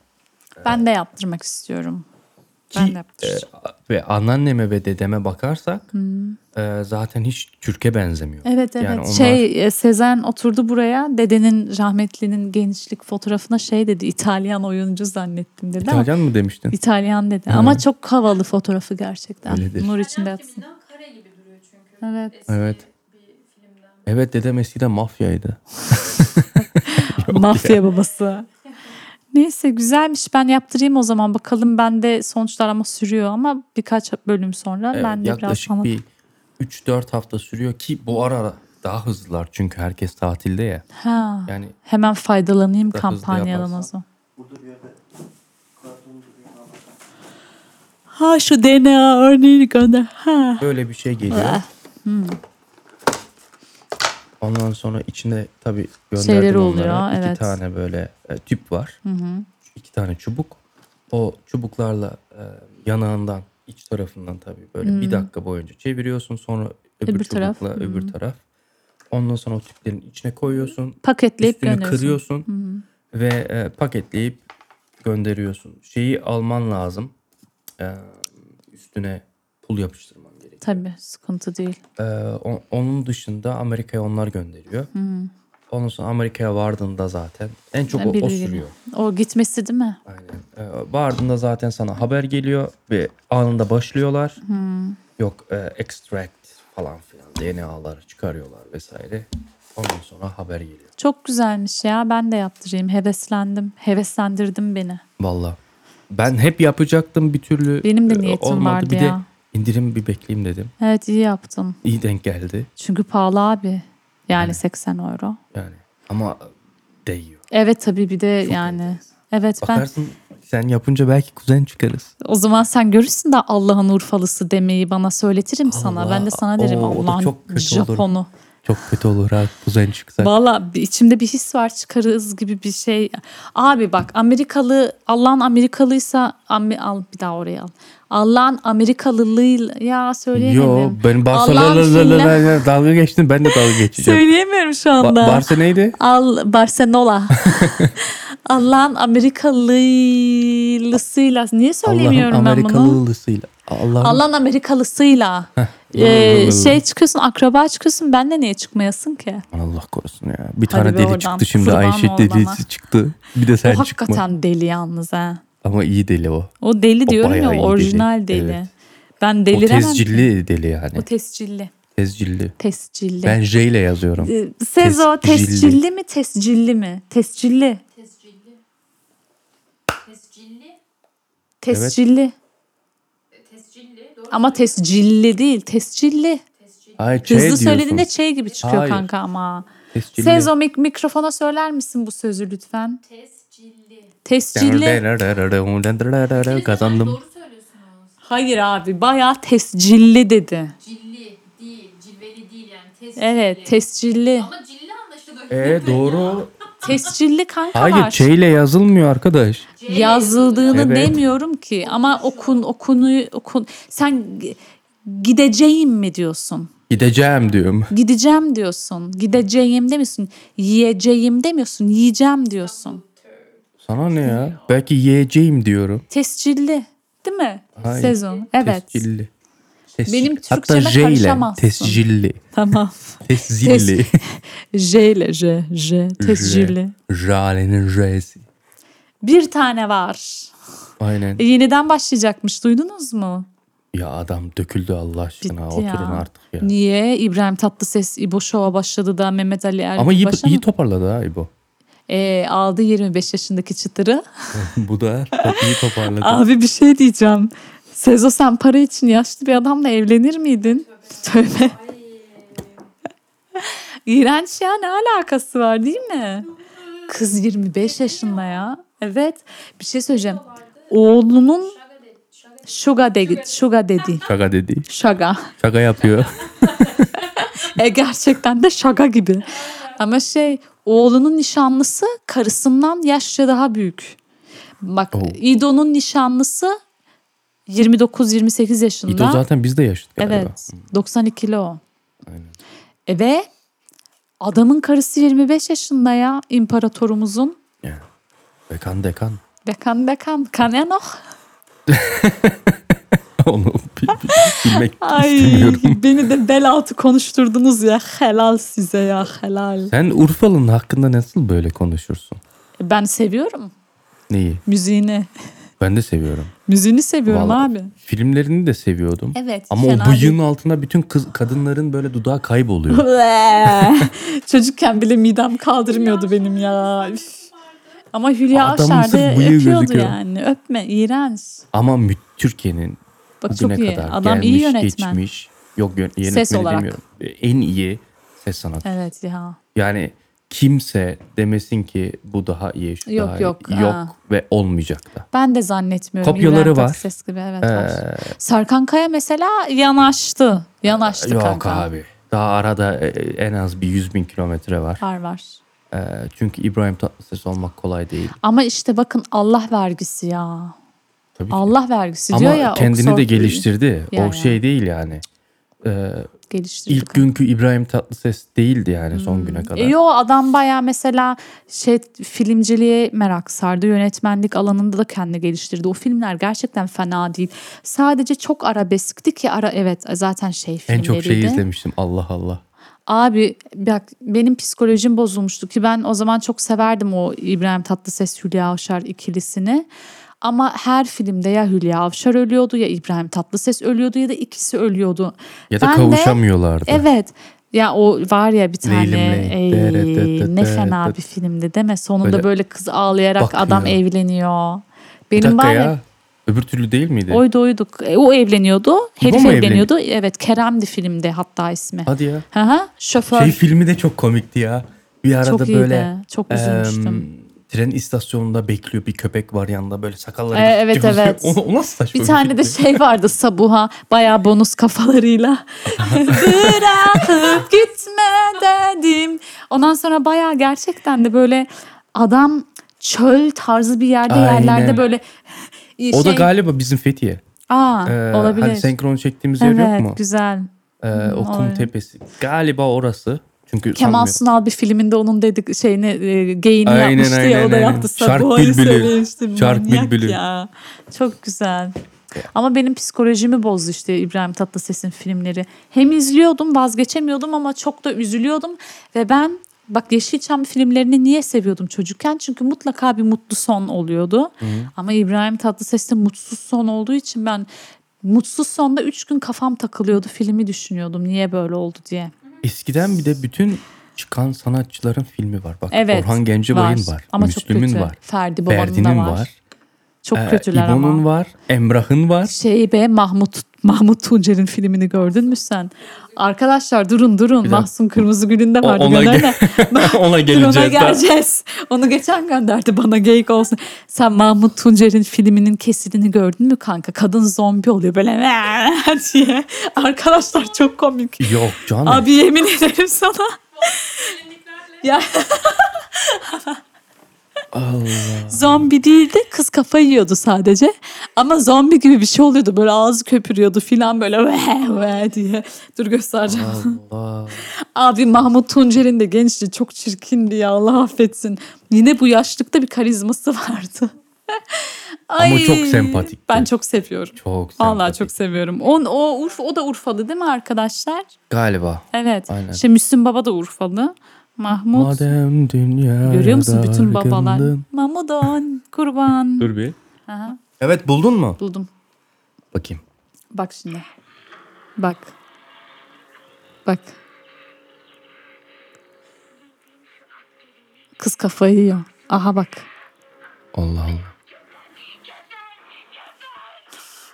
[SPEAKER 1] Ben de yaptırmak istiyorum.
[SPEAKER 3] ki
[SPEAKER 1] Ben de yaptıracağım.
[SPEAKER 3] e, ve anneanneme ve dedeme bakarsak e, zaten hiç Türk'e benzemiyor.
[SPEAKER 1] Evet evet.
[SPEAKER 3] Yani onlar-
[SPEAKER 1] Şey e, Sezen oturdu buraya. Dedenin rahmetlinin gençlik fotoğrafına şey dedi. İtalyan oyuncu zannettim dedi ama
[SPEAKER 3] İtalyan mı demiştin?
[SPEAKER 1] İtalyan dedi. Ama çok havalı fotoğrafı gerçekten.
[SPEAKER 3] Öyledir.
[SPEAKER 1] Nur içinde
[SPEAKER 4] İtalyan
[SPEAKER 1] yatsın.
[SPEAKER 4] filminden kare gibi duruyor çünkü.
[SPEAKER 1] Evet.
[SPEAKER 4] Eski
[SPEAKER 3] Evet.
[SPEAKER 4] bir filmden.
[SPEAKER 3] Evet dedem eskiden mafyaydı.
[SPEAKER 1] Mafya babası. Neyse güzelmiş. Ben yaptırayım o zaman. Bakalım bende sonuçlar ama sürüyor ama birkaç bölüm sonra
[SPEAKER 3] Evet,
[SPEAKER 1] ben de biraz
[SPEAKER 3] yaklaşık
[SPEAKER 1] anlatayım.
[SPEAKER 3] bir 3-4 hafta sürüyor ki bu ara daha hızlılar çünkü herkes tatilde ya.
[SPEAKER 1] Ha.
[SPEAKER 3] Yani
[SPEAKER 1] Hemen faydalanayım
[SPEAKER 3] Daha hızlı
[SPEAKER 1] kampanyadan o
[SPEAKER 3] yaparsan.
[SPEAKER 1] zaman.
[SPEAKER 5] Burada bir yerde karton duruyor. Al bakalım.
[SPEAKER 1] Ha şu DNA örneğini gönder. Ha.
[SPEAKER 3] böyle bir şey geliyor.
[SPEAKER 1] Ah.
[SPEAKER 3] Hmm. Ondan sonra içinde tabii gönderdim
[SPEAKER 1] Şeyleri oluyor,
[SPEAKER 3] onlara. İki
[SPEAKER 1] evet.
[SPEAKER 3] tane böyle e, tüp var. İki tane çubuk. O çubuklarla e, yanağından iç tarafından tabii böyle bir dakika boyunca çeviriyorsun. Sonra öbür,
[SPEAKER 1] Hmm. Öbür
[SPEAKER 3] çubukla
[SPEAKER 1] taraf,
[SPEAKER 3] öbür taraf. Ondan sonra o tüplerin içine koyuyorsun.
[SPEAKER 1] Paketleyip
[SPEAKER 3] üstünü
[SPEAKER 1] gönderiyorsun.
[SPEAKER 3] kırıyorsun ve e, paketleyip gönderiyorsun. Şeyi alman lazım. E, üstüne pul yapıştırman gerekiyor.
[SPEAKER 1] Tabii sıkıntı değil.
[SPEAKER 3] E, o- onun dışında Amerika'ya onlar gönderiyor. Ondan sonra Amerika'ya vardığında zaten en çok o, o
[SPEAKER 1] Birileri-
[SPEAKER 3] sürüyor.
[SPEAKER 1] O gitmesi değil mi?
[SPEAKER 3] Aynen. E, vardığında zaten sana haber geliyor ve anında başlıyorlar. Yok e, extract falan filan DNA'ları çıkarıyorlar vesaire. Ondan sonra haber geliyor.
[SPEAKER 1] Çok güzelmiş ya. Ben de yaptırayım. Heveslendim. Heveslendirdim beni.
[SPEAKER 3] Vallahi. Ben hep yapacaktım bir türlü.
[SPEAKER 1] Benim de
[SPEAKER 3] e,
[SPEAKER 1] niyetim
[SPEAKER 3] olmadı.
[SPEAKER 1] vardı
[SPEAKER 3] bir
[SPEAKER 1] ya.
[SPEAKER 3] de indirim bir bekleyeyim dedim.
[SPEAKER 1] Evet iyi yaptın.
[SPEAKER 3] İyi denk geldi
[SPEAKER 1] Çünkü pahalı abi. Yani 80 euro.
[SPEAKER 3] yani. Ama değiyor.
[SPEAKER 1] Evet tabii bir de yani. Evet ben
[SPEAKER 3] Bakarsın sen yapınca belki kuzen çıkarız.
[SPEAKER 1] o zaman sen görürsün de Allah'ın Urfalısı demeyi bana söyletirim sana.
[SPEAKER 3] Allah-
[SPEAKER 1] Ben de sana derim
[SPEAKER 3] Oo, o da
[SPEAKER 1] Allah'ın
[SPEAKER 3] çok kötü olur.
[SPEAKER 1] Japonu.
[SPEAKER 3] Çok kötü olur ha kuzen çıksa.
[SPEAKER 1] Valla bir- içimde bir his var çıkarız gibi bir şey. Abi bak Amerikalı Allah'ın Amerikalıysa Am- al bir daha oraya al. Allah'ın Amerikalılığıyla ya
[SPEAKER 3] Yo
[SPEAKER 1] söyleyemiyorum.
[SPEAKER 3] ben
[SPEAKER 1] Finland-
[SPEAKER 3] Barcelona'da dalga geçtim ben de dalga geçeceğim.
[SPEAKER 1] Söyleyemiyorum şu
[SPEAKER 3] Ba-
[SPEAKER 1] anda.
[SPEAKER 3] Barça neydi?
[SPEAKER 1] al
[SPEAKER 3] <laughs>
[SPEAKER 1] Barcelona. Allah'ın Amerikalılısıyla niye söyleyemiyorum
[SPEAKER 3] Allah'ın
[SPEAKER 1] ben bunu?
[SPEAKER 3] Amerikalılısıyla. Allah'ın
[SPEAKER 1] Allah'ın Amerikalısıyla. Ee, şey çıkıyorsun akraba çıkıyorsun ben de niye çıkmayasın ki?
[SPEAKER 3] Aman Allah korusun ya. Bir tane
[SPEAKER 1] be
[SPEAKER 3] deli
[SPEAKER 1] oradan,
[SPEAKER 3] çıktı şimdi
[SPEAKER 1] kurban
[SPEAKER 3] Ayşe
[SPEAKER 1] ol bana.
[SPEAKER 3] delisi çıktı. Bir de sen
[SPEAKER 1] o
[SPEAKER 3] çıkma.
[SPEAKER 1] hakikaten deli yalnız ha.
[SPEAKER 3] Ama iyi deli o.
[SPEAKER 1] O deli
[SPEAKER 3] O
[SPEAKER 1] diyorum ya
[SPEAKER 3] bayağı iyi
[SPEAKER 1] o orijinal
[SPEAKER 3] deli.
[SPEAKER 1] deli.
[SPEAKER 3] Evet.
[SPEAKER 1] Ben
[SPEAKER 3] O
[SPEAKER 1] deliremem.
[SPEAKER 3] tescilli deli yani.
[SPEAKER 1] O tescilli.
[SPEAKER 3] Tescilli.
[SPEAKER 1] Tescilli.
[SPEAKER 3] Ben J ile yazıyorum.
[SPEAKER 1] Ee, Sezo
[SPEAKER 3] tescilli.
[SPEAKER 1] tescilli mi tescilli mi? Tescilli.
[SPEAKER 4] Tescilli. Tescilli.
[SPEAKER 1] Tescilli.
[SPEAKER 4] e, Tescilli. Doğru.
[SPEAKER 1] Ama tescilli değil tescilli.
[SPEAKER 4] Tescilli.
[SPEAKER 3] Hayır, Ç
[SPEAKER 1] Hızlı
[SPEAKER 3] diyorsun.
[SPEAKER 1] söylediğinde şey gibi çıkıyor
[SPEAKER 3] Hayır.
[SPEAKER 1] kanka ama.
[SPEAKER 3] Tescilli.
[SPEAKER 1] Sezo mik- mikrofona söyler misin bu sözü lütfen?
[SPEAKER 4] Tescilli.
[SPEAKER 1] Tescilli.
[SPEAKER 3] Kazandım.
[SPEAKER 4] Doğru söylüyorsunuz.
[SPEAKER 1] Hayır abi bayağı tescilli dedi.
[SPEAKER 4] Cilli değil. Cilveli değil yani. Tescilli.
[SPEAKER 1] Evet tescilli.
[SPEAKER 4] Ama cilli anlaşılıyor.
[SPEAKER 3] E doğru.
[SPEAKER 1] Tescilli kanka
[SPEAKER 3] Hayır
[SPEAKER 1] var.
[SPEAKER 3] Ç ile yazılmıyor arkadaş.
[SPEAKER 4] C
[SPEAKER 1] yazıldığını
[SPEAKER 3] Evet.
[SPEAKER 1] demiyorum ki ama okun okunuyu okun sen g- gideceğim mi diyorsun
[SPEAKER 3] Gideceğim diyorum.
[SPEAKER 1] gideceğim diyorsun gideceğim demiyorsun yiyeceğim demiyorsun yiyeceğim diyorsun
[SPEAKER 3] Sana ne ya? Belki yiyeceğim diyorum.
[SPEAKER 1] tescilli değil mi
[SPEAKER 3] Hayır.
[SPEAKER 1] sezon evet
[SPEAKER 3] Tescilli. Tescil-
[SPEAKER 1] Benim
[SPEAKER 3] Hatta
[SPEAKER 1] Türkçeme
[SPEAKER 3] J ile.
[SPEAKER 1] karışamazsın.
[SPEAKER 3] Tescilli.
[SPEAKER 1] tamam
[SPEAKER 3] <laughs> Tescilli.
[SPEAKER 1] J ile J J tescilli
[SPEAKER 3] Jale'nin J'si.
[SPEAKER 1] bir tane var
[SPEAKER 3] Aynen.
[SPEAKER 1] E, yeniden başlayacakmış duydunuz mu
[SPEAKER 3] Ya adam döküldü Allah aşkına.
[SPEAKER 1] E- Bitti
[SPEAKER 3] Oturun
[SPEAKER 1] ya.
[SPEAKER 3] artık ya.
[SPEAKER 1] niye İbrahim Tatlıses İbo Show'a başladı da Mehmet Ali Erbil
[SPEAKER 3] Ama iyi,
[SPEAKER 1] başa
[SPEAKER 3] iyi
[SPEAKER 1] mı-
[SPEAKER 3] toparladı ha İbo.
[SPEAKER 1] E, aldı 25 yaşındaki çıtırı
[SPEAKER 3] <laughs> Bu da çok iyi toparladı.
[SPEAKER 1] Abi bir şey diyeceğim. Sezo sen para için yaşlı bir adamla evlenir miydin? Tövbe. <laughs> İğrenç ya ne alakası var değil mi? Kız 25 yaşında ya. Evet. Bir şey söyleyeceğim. Oğlunun
[SPEAKER 4] Şaga dedi. Şaga dedi.
[SPEAKER 1] şuga dedi. Şuga dedi.
[SPEAKER 3] Şaka dedi.
[SPEAKER 1] Şaga.
[SPEAKER 3] Şaka
[SPEAKER 1] <laughs>
[SPEAKER 3] yapıyor.
[SPEAKER 1] E gerçekten de şaga gibi. Ama şey oğlunun nişanlısı karısından yaşça daha büyük. Bak
[SPEAKER 3] Oo.
[SPEAKER 1] İdo'nun nişanlısı 29-28 yaşında.
[SPEAKER 3] İdo zaten biz de yaşıt galiba. Hmm.
[SPEAKER 1] Evet. 92'li o.
[SPEAKER 3] Aynen.
[SPEAKER 1] E ve adamın karısı 25 yaşında ya imparatorumuzun.
[SPEAKER 3] Dekan dekan. <laughs>
[SPEAKER 1] Bekan bekan kaneno.
[SPEAKER 3] Onu bi- bi- bilmek
[SPEAKER 1] Ay
[SPEAKER 3] istemiyorum.
[SPEAKER 1] <laughs> beni de bel altı konuşturdunuz ya. Helal size ya helal.
[SPEAKER 3] Sen Urfalı'nın hakkında nasıl böyle konuşursun?
[SPEAKER 1] Ben seviyorum
[SPEAKER 3] Neyi?
[SPEAKER 1] müziğini.
[SPEAKER 3] Ben de seviyorum.
[SPEAKER 1] Müziğini seviyorum
[SPEAKER 3] Vallahi.
[SPEAKER 1] abi.
[SPEAKER 3] Filmlerini de seviyordum.
[SPEAKER 1] Evet.
[SPEAKER 3] Ama
[SPEAKER 1] fena
[SPEAKER 3] o
[SPEAKER 1] değil.
[SPEAKER 3] bıyığın altına bütün kız kadınların böyle dudağı
[SPEAKER 1] <laughs>
[SPEAKER 3] kayboluyor.
[SPEAKER 1] Çocukken bile midem kaldırmıyordu benim ya. Üf. Ama Hülya
[SPEAKER 3] Adamın
[SPEAKER 1] Avşar da
[SPEAKER 3] sırf bıyığı
[SPEAKER 1] yapıyordu
[SPEAKER 3] gözüküyor.
[SPEAKER 1] yani. Öpme iğrenç.
[SPEAKER 3] Ama mü- Türkiye'nin
[SPEAKER 1] Bak
[SPEAKER 3] bugüne
[SPEAKER 1] çok iyi.
[SPEAKER 3] kadar
[SPEAKER 1] Adam
[SPEAKER 3] gelmiş,
[SPEAKER 1] iyi yönetmen.
[SPEAKER 3] geçmiş Yok yön- yönetmeni
[SPEAKER 1] Ses olarak.
[SPEAKER 3] demiyorum. E, En iyi ses sanatı.
[SPEAKER 1] Evet ya.
[SPEAKER 3] Yani kimse demesin ki bu daha iyi, şu
[SPEAKER 1] Yok,
[SPEAKER 3] daha
[SPEAKER 1] yok,
[SPEAKER 3] iyi. Yok
[SPEAKER 1] ha.
[SPEAKER 3] ve olmayacak da.
[SPEAKER 1] Ben de zannetmiyorum.
[SPEAKER 3] Kopyaları
[SPEAKER 1] İbrahim
[SPEAKER 3] var.
[SPEAKER 1] Tatlıses gibi evet var.
[SPEAKER 3] Ee,
[SPEAKER 1] Sarkan Kaya mesela yanaştı. Yanaştı
[SPEAKER 3] yok
[SPEAKER 1] kanka.
[SPEAKER 3] abi. Daha arada e, en az bir 100 bin kilometre var.
[SPEAKER 1] Var var.
[SPEAKER 3] Ee, çünkü İbrahim Tatlıses olmak kolay değil.
[SPEAKER 1] Ama işte bakın Allah vergisi ya.
[SPEAKER 3] Tabii ki.
[SPEAKER 1] Allah vergisi
[SPEAKER 3] Ama
[SPEAKER 1] diyor ya.
[SPEAKER 3] kendini de
[SPEAKER 1] Oxford
[SPEAKER 3] geliştirdi.
[SPEAKER 1] Yani.
[SPEAKER 3] O şey değil yani. Ee,
[SPEAKER 1] geliştirdi
[SPEAKER 3] ilk günkü İbrahim Tatlıses değildi yani son güne kadar.
[SPEAKER 1] hani. E, Yo adam baya mesela şey filmciliğe merak sardı. Yönetmenlik alanında da kendini geliştirdi. O filmler gerçekten fena değil. Sadece çok arabeskti ki ara evet zaten şey
[SPEAKER 3] en
[SPEAKER 1] filmleriydi.
[SPEAKER 3] çok şeyi izlemiştim Allah Allah.
[SPEAKER 1] Abi bak benim psikolojim bozulmuştu ki ben o zaman çok severdim o İbrahim Tatlıses Hülya Avşar ikilisini. Ama her filmde ya Hülya Avşar ölüyordu ya İbrahim Tatlıses ölüyordu ya da ikisi ölüyordu.
[SPEAKER 3] Ya da
[SPEAKER 1] Ben de-
[SPEAKER 3] kavuşamıyorlardı.
[SPEAKER 1] Evet. Ya o var ya bir tane
[SPEAKER 3] Leylim Ley.
[SPEAKER 1] ey,
[SPEAKER 3] Dere de de
[SPEAKER 1] ne
[SPEAKER 3] de
[SPEAKER 1] fena
[SPEAKER 3] de.
[SPEAKER 1] bir filmdi değil mi? Sonunda
[SPEAKER 3] Böyle
[SPEAKER 1] böyle, kız ağlayarak
[SPEAKER 3] bakıyor.
[SPEAKER 1] adam evleniyor.
[SPEAKER 3] Bir
[SPEAKER 1] Benim
[SPEAKER 3] dakika
[SPEAKER 1] var
[SPEAKER 3] ya.
[SPEAKER 1] ya
[SPEAKER 3] Öbür türlü değil miydi?
[SPEAKER 1] oydu oydu. E, o evleniyordu. Herif
[SPEAKER 3] mu
[SPEAKER 1] evleniyordu. Evet Kerem'di filmde hatta ismi.
[SPEAKER 3] Hadi ya.
[SPEAKER 1] Hı hı. Şoför.
[SPEAKER 3] Şey filmi de çok komikti ya. Bir arada
[SPEAKER 1] çok iyiydi.
[SPEAKER 3] böyle
[SPEAKER 1] çok
[SPEAKER 3] em,
[SPEAKER 1] üzülmüştüm.
[SPEAKER 3] tren istasyonunda bekliyor bir köpek var yanında böyle sakalları.
[SPEAKER 1] Ee, evet,
[SPEAKER 3] cıvızıyor.
[SPEAKER 1] evet.
[SPEAKER 3] <laughs> O, o nasıl saçma
[SPEAKER 1] bir tane de
[SPEAKER 3] filmdi?
[SPEAKER 1] şey vardı Sabuha bayağı
[SPEAKER 3] <laughs>
[SPEAKER 1] bonus kafalarıyla. Bırakıp gitme dedim. Ondan sonra bayağı gerçekten de böyle adam çöl tarzı bir yerde
[SPEAKER 3] Aynen.
[SPEAKER 1] yerlerde böyle
[SPEAKER 3] O da
[SPEAKER 1] şey-
[SPEAKER 3] galiba bizim Fethiye.
[SPEAKER 1] Aa,
[SPEAKER 3] Ee,
[SPEAKER 1] olabilir.
[SPEAKER 3] Hani senkron çektiğimiz yer
[SPEAKER 1] evet,
[SPEAKER 3] yok mu?
[SPEAKER 1] güzel.
[SPEAKER 3] Ee, o kum
[SPEAKER 1] olabilir.
[SPEAKER 3] tepesi. Galiba orası. Çünkü
[SPEAKER 1] Kemal
[SPEAKER 3] sanmıyorum.
[SPEAKER 1] Sunal bir filminde onun dedik şeyini e, geyini
[SPEAKER 3] Aynen,
[SPEAKER 1] yapmıştı ya
[SPEAKER 3] aynen,
[SPEAKER 1] o da
[SPEAKER 3] aynen.
[SPEAKER 1] yaptı
[SPEAKER 3] Şark
[SPEAKER 1] Sabuha'yı
[SPEAKER 3] Bülbülü.
[SPEAKER 1] söylemiştim.
[SPEAKER 3] Şark
[SPEAKER 1] Manyak
[SPEAKER 3] Bülbülü.
[SPEAKER 1] Ya. Çok güzel. Ama benim psikolojimi bozdu işte İbrahim Tatlıses'in filmleri. Hem izliyordum vazgeçemiyordum ama çok da üzülüyordum. Ve ben bak Yeşilçam filmlerini niye seviyordum çocukken? Çünkü mutlaka bir mutlu son oluyordu. Ama İbrahim Tatlıses'te mutsuz son olduğu için ben mutsuz sonda üç gün kafam takılıyordu. Filmi düşünüyordum niye böyle oldu diye.
[SPEAKER 3] Eskiden bir de bütün çıkan sanatçıların filmi var. Bak
[SPEAKER 1] Evet,
[SPEAKER 3] Orhan Gencebay'ın var.
[SPEAKER 1] Ama çok
[SPEAKER 3] Müslüm'ün
[SPEAKER 1] kötü.
[SPEAKER 3] var.
[SPEAKER 1] Ferdi Baba'nın da
[SPEAKER 3] Ferdi'nin
[SPEAKER 1] var.
[SPEAKER 3] var.
[SPEAKER 1] Çok
[SPEAKER 3] ee,
[SPEAKER 1] kötüler
[SPEAKER 3] İbo'nun
[SPEAKER 1] ama.
[SPEAKER 3] var. Emrah'ın var.
[SPEAKER 1] <laughs> Şey be Mahmut Mahmut Tuncer'in filmini gördün mü sen? Arkadaşlar durun durun.
[SPEAKER 3] Bir dakika.
[SPEAKER 1] Mahsun Kırmızı Gül'ünde
[SPEAKER 3] O-
[SPEAKER 1] vardı.
[SPEAKER 3] ona,
[SPEAKER 1] gönderme.
[SPEAKER 3] ona
[SPEAKER 1] <laughs> Dur
[SPEAKER 3] geleceğiz.
[SPEAKER 1] ona
[SPEAKER 3] daha.
[SPEAKER 1] geleceğiz. Onu geçen gönderdi bana geyik olsun. Sen Mahmut Tuncer'in filminin kesilini gördün mü kanka? Kadın zombi oluyor böyle <laughs> diye. Arkadaşlar çok komik.
[SPEAKER 3] Yok canım.
[SPEAKER 1] Abi yemin ederim sana. ya
[SPEAKER 3] Allah.
[SPEAKER 1] zombi değildi kız kafayı yiyordu sadece. Ama zombi gibi bir şey oluyordu böyle ağzı köpürüyordu filan böyle <laughs> ve ve diye. Dur göstereceğim. <laughs>
[SPEAKER 3] Allah.
[SPEAKER 1] Abi Mahmut Tuncer'in de gençliği çok çirkindi ya Allah affetsin. Yine bu yaşlıkta bir karizması <laughs> vardı. Ay,
[SPEAKER 3] çok sempatikti.
[SPEAKER 1] Ben çok seviyorum.
[SPEAKER 3] Çok sempatik.
[SPEAKER 1] Vallahi çok seviyorum. On, o, Urf, o da Urfalı değil mi arkadaşlar?
[SPEAKER 3] Galiba.
[SPEAKER 1] Evet.
[SPEAKER 3] Aynen.
[SPEAKER 1] İşte Müslüm Baba da Urfalı. Mahmut.
[SPEAKER 3] Madem dünya
[SPEAKER 1] Görüyor musun
[SPEAKER 3] dargınlığın-
[SPEAKER 1] bütün babalar? Mahmudon kurban.
[SPEAKER 3] Dur bir.
[SPEAKER 1] Aha,
[SPEAKER 3] Evet buldun mu?
[SPEAKER 1] buldum.
[SPEAKER 3] Bakayım.
[SPEAKER 1] Bak şimdi. Bak. Bak. Kız kafayı yiyor. Aha bak.
[SPEAKER 3] Allah Allah.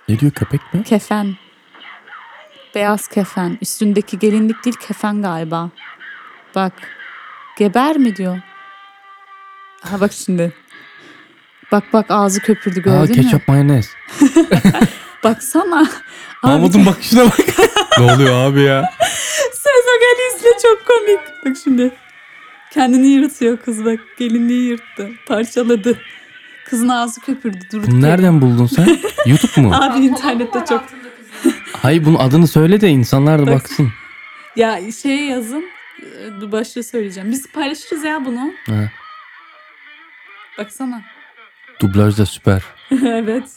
[SPEAKER 3] Ne diyor köpek mi?
[SPEAKER 1] Kefen. Beyaz kefen. Üstündeki gelinlik değil kefen galiba. Bak. Geber mi diyor. Aha bak şimdi. Bak bak ağzı köpürdü gördün
[SPEAKER 3] Aa
[SPEAKER 1] mü?
[SPEAKER 3] ketçap mayonez.
[SPEAKER 1] Baksana. Abi
[SPEAKER 3] Mahmut'un bakışına bak. <laughs> ne oluyor abi ya?
[SPEAKER 1] Sezen Aksu izle çok komik. Bak şimdi. Kendini yırtıyor kız bak. Gelinliği yırttı. Parçaladı. Kızın ağzı köpürdü. Durduk
[SPEAKER 3] Bunu
[SPEAKER 1] yere.
[SPEAKER 3] nereden buldun <laughs> sen? YouTube mu?
[SPEAKER 1] Abi internette çok.
[SPEAKER 3] Hayır bunun adını söyle de insanlar da baksın.
[SPEAKER 1] Ya şeye yazın. e, Dur başta söyleyeceğim. Biz paylaşırız ya bunu.
[SPEAKER 3] Ha.
[SPEAKER 1] Baksana.
[SPEAKER 3] Dublaj da süper.
[SPEAKER 1] evet.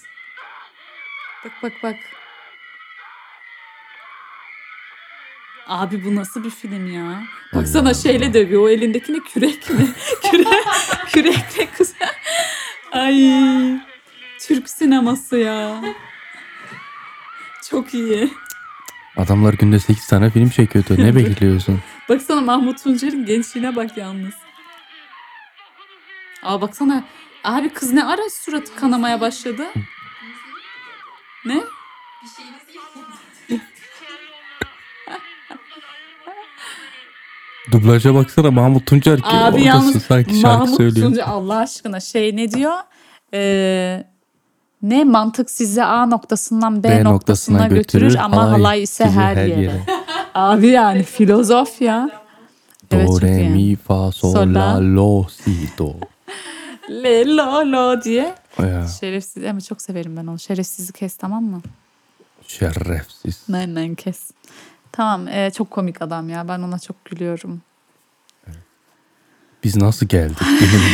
[SPEAKER 1] Bak bak bak. Abi bu nasıl bir film ya? Baksana şeyle dövüyor. O elindekini kürek mi? <laughs> Küre, kürekle kız. Ay. Türk sineması ya. Çok iyi.
[SPEAKER 3] Adamlar günde 8 tane film çekiyordu. <laughs> Ne bekliyorsun?
[SPEAKER 1] Baksana Mahmut Tuncer'in gençliğine bak yalnız. Aa baksana. Abi kız ne ara suratı kanamaya başladı? Ne?
[SPEAKER 4] Bir şeyiniz yok.
[SPEAKER 3] Dublaja baksana Mahmut Tuncer gibi.
[SPEAKER 1] Abi
[SPEAKER 3] Oradasın
[SPEAKER 1] yalnız
[SPEAKER 3] sanki şarkı
[SPEAKER 1] Mahmut
[SPEAKER 3] söylüyor.
[SPEAKER 1] Tunca Allah aşkına şey ne diyor? Ee, ne mantık sizi A noktasından B, noktasına, götürür, ama halay ise
[SPEAKER 3] sizi
[SPEAKER 1] her yere. Abi yani filozof ya. Evet,
[SPEAKER 3] Do,
[SPEAKER 1] çok
[SPEAKER 3] re,
[SPEAKER 1] iyi.
[SPEAKER 3] mi, fa, sol,
[SPEAKER 1] Sol, la.
[SPEAKER 3] la, lo, si, do.
[SPEAKER 1] Le lo lo diye.
[SPEAKER 3] Ya,
[SPEAKER 1] Şerefsiz ama çok severim ben onu. Şerefsizi kes tamam mı?
[SPEAKER 3] şerefsiz.
[SPEAKER 1] Aynen kes. Tamam e, çok komik adam ya ben ona çok gülüyorum.
[SPEAKER 3] Biz nasıl geldik?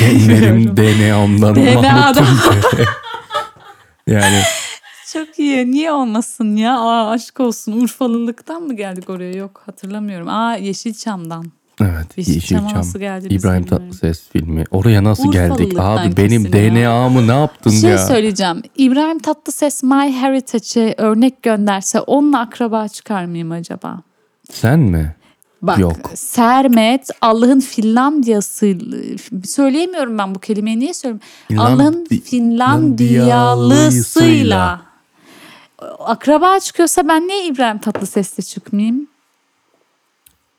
[SPEAKER 3] Benim
[SPEAKER 1] <laughs>
[SPEAKER 3] genlerim DNA'mdan Mahmut
[SPEAKER 1] DNA'dan. <laughs>
[SPEAKER 3] Tuncer. yani
[SPEAKER 1] Çok iyi niye olmasın ya Aa, aşk olsun Urfalılıktan mı geldik oraya yok hatırlamıyorum. Aa Yeşilçam'dan.
[SPEAKER 3] evet
[SPEAKER 1] Yeşilçam'a
[SPEAKER 3] Yeşilçam.
[SPEAKER 1] nasıl geldiğimizi
[SPEAKER 3] İbrahim
[SPEAKER 1] bilmiyorum.
[SPEAKER 3] Tatlıses filmi. Oraya nasıl geldik
[SPEAKER 1] Urfalılıktan
[SPEAKER 3] abi? Benim
[SPEAKER 1] kesin ya.
[SPEAKER 3] DNA'mı ne yaptın
[SPEAKER 1] şey
[SPEAKER 3] ya?
[SPEAKER 1] söyleyeceğim. İbrahim Tatlıses My Heritage'e örnek gönderse onunla akraba çıkar mıyım acaba?
[SPEAKER 3] Sen mi?
[SPEAKER 1] Bak
[SPEAKER 3] Yok.
[SPEAKER 1] Sermet Allah'ın Finlandiyası söyleyemiyorum ben bu kelimeyi niye söylüyorum?
[SPEAKER 3] Finlandi-
[SPEAKER 1] Allah'ın Finlandiyalısıyla
[SPEAKER 3] Finlandiyalısıyla.
[SPEAKER 1] akraba çıkıyorsa ben niye İbrahim Tatlıses'le çıkmayayım?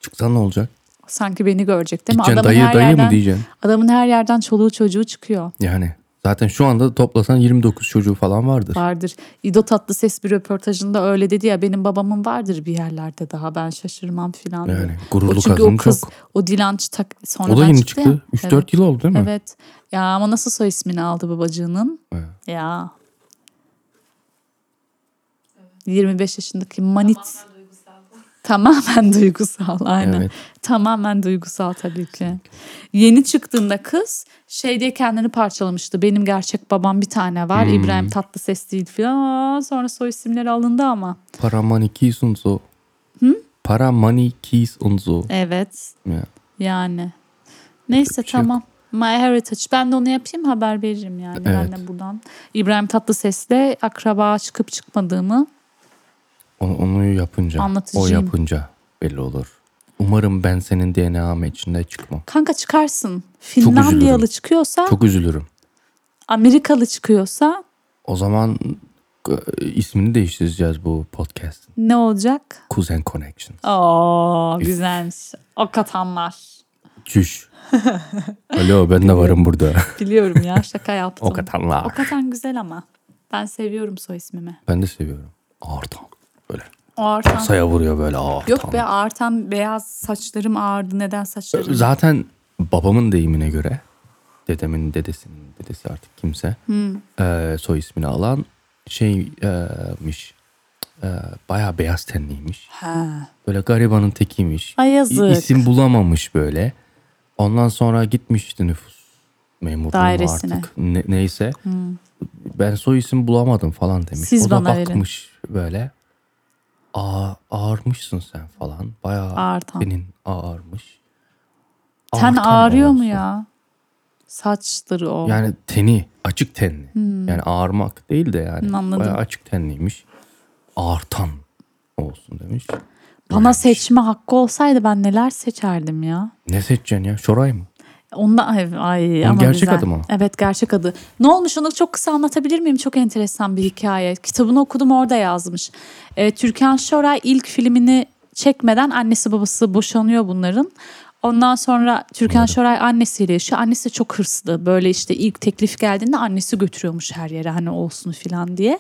[SPEAKER 3] Çıksan ne olacak?
[SPEAKER 1] Sanki beni görecek değil mi?
[SPEAKER 3] Gideceksin
[SPEAKER 1] Adamın
[SPEAKER 3] dayı
[SPEAKER 1] her
[SPEAKER 3] dayı
[SPEAKER 1] yerden,
[SPEAKER 3] mı diyeceksin?
[SPEAKER 1] Adamın her yerden çoluğu çocuğu çıkıyor.
[SPEAKER 3] Yani zaten şu anda toplasan 29 çocuğu falan vardır.
[SPEAKER 1] Vardır. İdo Tatlıses bir röportajında öyle dedi ya benim babamın vardır bir yerlerde daha ben şaşırmam filan. diyor.
[SPEAKER 3] Yani gururlu
[SPEAKER 1] o çünkü o
[SPEAKER 3] kadın
[SPEAKER 1] kız
[SPEAKER 3] çok.
[SPEAKER 1] o dilanç tak sonradan
[SPEAKER 3] O da yeni
[SPEAKER 1] çıktı. ya.
[SPEAKER 3] çıktı. 3-4
[SPEAKER 1] Evet.
[SPEAKER 3] yıl oldu değil mi?
[SPEAKER 1] Evet. Ya ama nasıl soy ismini aldı babacığının?
[SPEAKER 3] Evet.
[SPEAKER 1] Ya. 25 yaşındaki manit
[SPEAKER 6] Tamamen duygusal.
[SPEAKER 1] tamamen duygusal aynen.
[SPEAKER 3] Evet.
[SPEAKER 1] Tamamen duygusal tabii ki. Yeni çıktığında kız şey diye kendini parçalamıştı. Benim gerçek babam bir tane var.
[SPEAKER 3] Hmm.
[SPEAKER 1] İbrahim Tatlıses değil falan. Aa, Sonra soy isimleri alındı ama.
[SPEAKER 3] Para money keys und so. Para money keys und so.
[SPEAKER 1] Evet
[SPEAKER 3] Ya.
[SPEAKER 1] yani. Neyse
[SPEAKER 3] bir şey yok.
[SPEAKER 1] tamam. My Heritage. Ben de onu yapayım haber veririm yani. Ben de
[SPEAKER 3] Evet.
[SPEAKER 1] buradan İbrahim Tatlıses'le akraba çıkıp çıkmadığımı
[SPEAKER 3] Onu, onu yapınca,
[SPEAKER 1] Anlatıcıyım.
[SPEAKER 3] o yapınca belli olur. Umarım ben senin DNA içinde çıkmam.
[SPEAKER 1] Kanka çıkarsın. Finlandiyalı
[SPEAKER 3] üzülürüm.
[SPEAKER 1] çıkıyorsa,
[SPEAKER 3] Çok üzülürüm.
[SPEAKER 1] Amerikalı çıkıyorsa
[SPEAKER 3] O zaman e, ismini değiştireceğiz bu podcast'in.
[SPEAKER 1] ne olacak?
[SPEAKER 3] Kuzen Connection.
[SPEAKER 1] Oo güzelmiş. O katanlar.
[SPEAKER 3] Çüş. Alo ben de varım burada.
[SPEAKER 1] Biliyorum ya şaka yaptım.
[SPEAKER 3] <laughs> o katanlar.
[SPEAKER 1] O katan güzel ama. Ben seviyorum soy ismimi.
[SPEAKER 3] Ben de seviyorum. Artan. Böyle.
[SPEAKER 1] O Artan.
[SPEAKER 3] Saya vuruyor böyle artan.
[SPEAKER 1] Yok be Artan beyaz saçlarım ağırdı. Neden saçlarım?
[SPEAKER 3] Zaten babamın deyimine göre dedemin dedesinin dedesi artık kimse
[SPEAKER 1] Hmm.
[SPEAKER 3] eee, soy ismini alan şeymiş baya beyaz tenliymiş.
[SPEAKER 1] Ha.
[SPEAKER 3] Böyle garibanın tekiymiş.
[SPEAKER 1] Ay yazık.
[SPEAKER 3] isim bulamamış böyle. Ondan sonra gitmişti nüfus memurluğuna
[SPEAKER 1] Dairesine. Hmm.
[SPEAKER 3] artık ne- neyse. Ben soy isim bulamadım falan demiş.
[SPEAKER 1] Siz
[SPEAKER 3] o da
[SPEAKER 1] bana verin.
[SPEAKER 3] bakmış böyle. Aa, ağarmışsın sen falan. Bayağı
[SPEAKER 1] Ağırtan.
[SPEAKER 3] senin ağarmış.
[SPEAKER 1] Ten
[SPEAKER 3] Artan
[SPEAKER 1] ağrıyor mu
[SPEAKER 3] olması.
[SPEAKER 1] ya? Saçları o.
[SPEAKER 3] Yani teni, açık tenli. Yani ağarmak değil de yani.
[SPEAKER 1] Hı, Hmm. anladım.
[SPEAKER 3] Bayağı açık tenliymiş. Ağırtan olsun demiş.
[SPEAKER 1] Bana
[SPEAKER 3] şey.
[SPEAKER 1] seçme hakkı olsaydı ben neler seçerdim ya.
[SPEAKER 3] Ne seçeceksin ya? Şoray mı?
[SPEAKER 1] Onda ay, ay
[SPEAKER 3] Onun
[SPEAKER 1] ama
[SPEAKER 3] gerçek
[SPEAKER 1] güzel.
[SPEAKER 3] adı mı?
[SPEAKER 1] Evet gerçek adı. Ne olmuş onu çok kısa anlatabilir miyim? Çok enteresan bir hikaye. Kitabını okudum orada yazmış. Ee, Türkan Şoray ilk filmini çekmeden annesi babası boşanıyor bunların. Ondan sonra Türkan Şoray annesiyle yaşıyor. Annesi de çok hırslı. Böyle işte ilk teklif geldiğinde annesi götürüyormuş her yere hani olsun filan diye.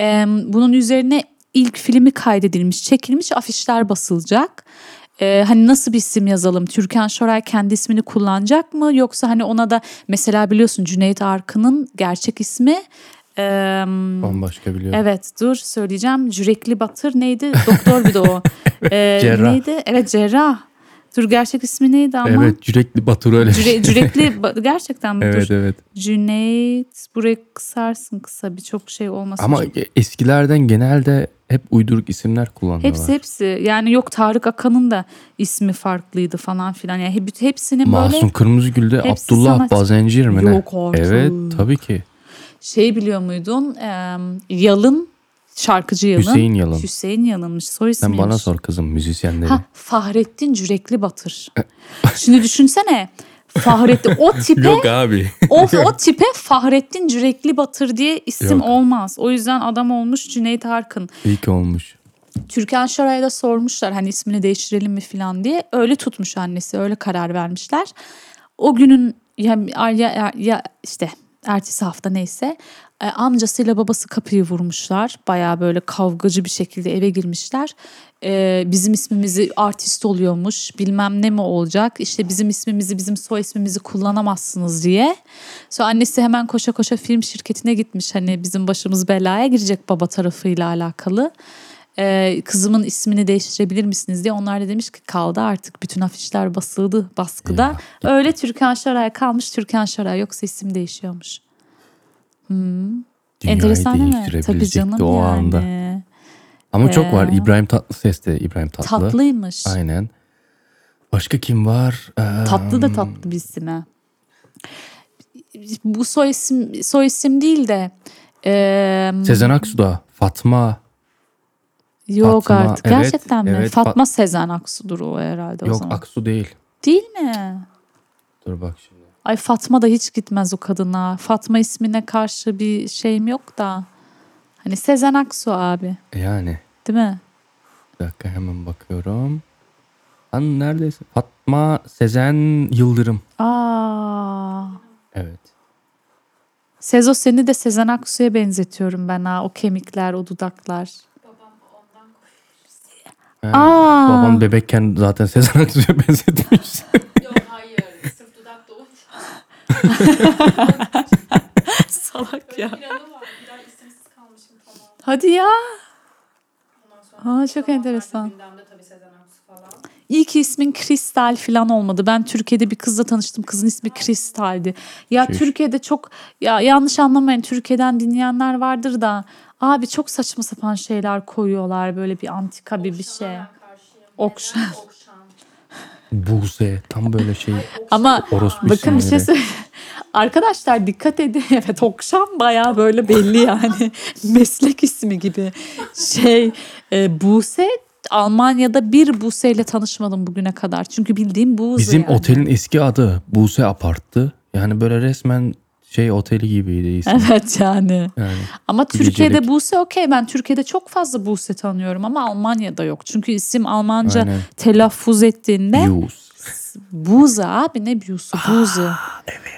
[SPEAKER 1] Ee, bunun üzerine ilk filmi kaydedilmiş, çekilmiş afişler basılacak. Ee, hani nasıl bir isim yazalım? Türkan Şoray kendi ismini kullanacak mı? Yoksa hani ona da mesela biliyorsun Cüneyt Arkın'ın gerçek ismi ee,
[SPEAKER 3] Bambaşka biliyorum.
[SPEAKER 1] Evet dur söyleyeceğim. Cürekli Batır neydi? Doktor bir de
[SPEAKER 3] <laughs>
[SPEAKER 1] o. Ee,
[SPEAKER 3] Cerrah.
[SPEAKER 1] Neydi? Evet cerrah. Dur gerçek ismi neydi ama?
[SPEAKER 3] Evet, Cürekli Batur öyle. şey.
[SPEAKER 1] Cüre- Cürekli Ba- gerçekten mi?
[SPEAKER 3] evet
[SPEAKER 1] dur.
[SPEAKER 3] evet.
[SPEAKER 1] Cüneyt buraya kısarsın kısa birçok şey olmasın.
[SPEAKER 3] Ama eskilerden genelde hep uyduruk isimler kullanıyorlar.
[SPEAKER 1] Hepsi hepsi. Yani yok Tarık Akan'ın da ismi farklıydı falan filan. Yani hep, hepsinin
[SPEAKER 3] Masum
[SPEAKER 1] böyle
[SPEAKER 3] Kırmızıgül'de
[SPEAKER 1] Hepsi
[SPEAKER 3] Abdullah
[SPEAKER 1] sanatçı.
[SPEAKER 3] Bazencir mi ne?
[SPEAKER 1] Yok artık.
[SPEAKER 3] Evet tabii ki.
[SPEAKER 1] şey biliyor muydun? Eee, yalın şarkıcı Yalın.
[SPEAKER 3] Hüseyin Yalın.
[SPEAKER 1] Hüseyin Yalın'mış. Soy
[SPEAKER 3] Sen
[SPEAKER 1] ismiymiş.
[SPEAKER 3] bana sor kızım müzisyenleri.
[SPEAKER 1] Ha, Fahrettin Cürekli Batır.
[SPEAKER 3] E.
[SPEAKER 1] <laughs> Şimdi düşünsene. Fahrettin
[SPEAKER 3] <laughs>
[SPEAKER 1] o tipe
[SPEAKER 3] abi.
[SPEAKER 1] o, o tipe Fahrettin Cürekli Batır diye isim
[SPEAKER 3] Yok.
[SPEAKER 1] olmaz. O yüzden adam olmuş Cüneyt Arkın.
[SPEAKER 3] İyi ki olmuş.
[SPEAKER 1] Türkan Şoray'a da sormuşlar hani ismini değiştirelim mi falan diye. Öyle tutmuş annesi öyle karar vermişler. O günün ya, ya, ya işte ertesi hafta neyse e, amcasıyla babası kapıyı vurmuşlar. Baya böyle kavgacı bir şekilde eve girmişler. E, bizim ismimizi artist oluyormuş bilmem ne mi olacak işte bizim ismimizi bizim soy ismimizi kullanamazsınız diye. Sonra annesi hemen koşa koşa film şirketine gitmiş hani bizim başımız belaya girecek baba tarafıyla alakalı e, kızımın ismini değiştirebilir misiniz diye. Onlar da demiş ki kaldı artık bütün afişler basıldı baskıda. Öyle Türkan Şoray kalmış Türkan Şoray yoksa isim değişiyormuş.
[SPEAKER 3] Dünyayı
[SPEAKER 1] Enteresan değil mi? Tabii
[SPEAKER 3] değiştirebilecekti
[SPEAKER 1] canım
[SPEAKER 3] o
[SPEAKER 1] yani. Ee,
[SPEAKER 3] anda. Ama çok var. İbrahim Tatlıses de İbrahim Tatlı.
[SPEAKER 1] Tatlıymış.
[SPEAKER 3] Aynen. Başka kim var? Ee,
[SPEAKER 1] Tatlı da tatlı bir isim ha. Bu soy isim, soy isim değil de e,
[SPEAKER 3] Sezen Aksu da. Fatma.
[SPEAKER 1] yok
[SPEAKER 3] Fatma,
[SPEAKER 1] artık
[SPEAKER 3] evet,
[SPEAKER 1] gerçekten mi?
[SPEAKER 3] evet,
[SPEAKER 1] Fatma Sezen Aksu'dur o herhalde o
[SPEAKER 3] Yok
[SPEAKER 1] zaman.
[SPEAKER 3] Aksu değil.
[SPEAKER 1] değil mi?
[SPEAKER 3] Dur bak şimdi.
[SPEAKER 1] Ay Fatma da hiç gitmez o kadına. Fatma ismine karşı bir şeyim yok da. Hani Sezen Aksu abi,
[SPEAKER 3] Yani.
[SPEAKER 1] değil mi?
[SPEAKER 3] Bir dakika hemen bakıyorum. Lan neredesin? Fatma Sezen Yıldırım.
[SPEAKER 1] Aa.
[SPEAKER 3] Evet.
[SPEAKER 1] Sezo seni de Sezen Aksu'ya benzetiyorum ben ha. O kemikler, o dudaklar.
[SPEAKER 3] Ha,
[SPEAKER 1] Aa.
[SPEAKER 3] Babam bebekken zaten Sezen Aksu'ya <laughs> benzetmiş.
[SPEAKER 4] Yok hayır. Sırf dudak dolu.
[SPEAKER 1] Salak ya.
[SPEAKER 4] Planı var. Bir ay isimsiz kalmışım tamam.
[SPEAKER 1] Hadi ya.
[SPEAKER 4] Ondan sonra
[SPEAKER 1] Aa,
[SPEAKER 4] bu
[SPEAKER 1] çok
[SPEAKER 4] zamanlarda
[SPEAKER 1] enteresan.
[SPEAKER 4] Gündemde tabii Sezen Aksu falan.
[SPEAKER 1] İyi ki ismin Kristal falan olmadı. Ben Türkiye'de bir kızla tanıştım. Kızın ismi Kristal'di. Ya
[SPEAKER 3] Tüh.
[SPEAKER 1] Türkiye'de çok ya yanlış anlamayın Türkiye'den dinleyenler vardır da abi çok saçma sapan şeyler koyuyorlar böyle bir antika bir bir şey.
[SPEAKER 4] Okşan'a ben karşıyım.
[SPEAKER 1] Okşan.
[SPEAKER 4] Neden Okşan.
[SPEAKER 3] Buse. Tam böyle şey.
[SPEAKER 1] Ama
[SPEAKER 3] Orospu
[SPEAKER 1] bakın bir şey
[SPEAKER 3] isimleri.
[SPEAKER 1] söyleyeyim. Arkadaşlar dikkat edin. <laughs> Evet okşam bayağı böyle belli yani. <laughs> Meslek ismi gibi. Şey e, Buse Almanya'da bir Buse ile tanışmadım bugüne kadar. Çünkü bildiğim Buse
[SPEAKER 3] Bizim
[SPEAKER 1] yani.
[SPEAKER 3] otelin eski adı Buse Apart'tı. Yani böyle resmen şey oteli gibiydi isim.
[SPEAKER 1] <laughs> Evet yani.
[SPEAKER 3] Yani
[SPEAKER 1] Ama Türkiye'de
[SPEAKER 3] gecelik.
[SPEAKER 1] Buse okey. Ben Türkiye'de çok fazla Buse tanıyorum ama Almanya'da yok. Çünkü isim Almanca
[SPEAKER 3] Aynen.
[SPEAKER 1] telaffuz ettiğinde
[SPEAKER 3] Yus.
[SPEAKER 1] Buze abi ne büyüsü
[SPEAKER 3] Ah,
[SPEAKER 1] Buze.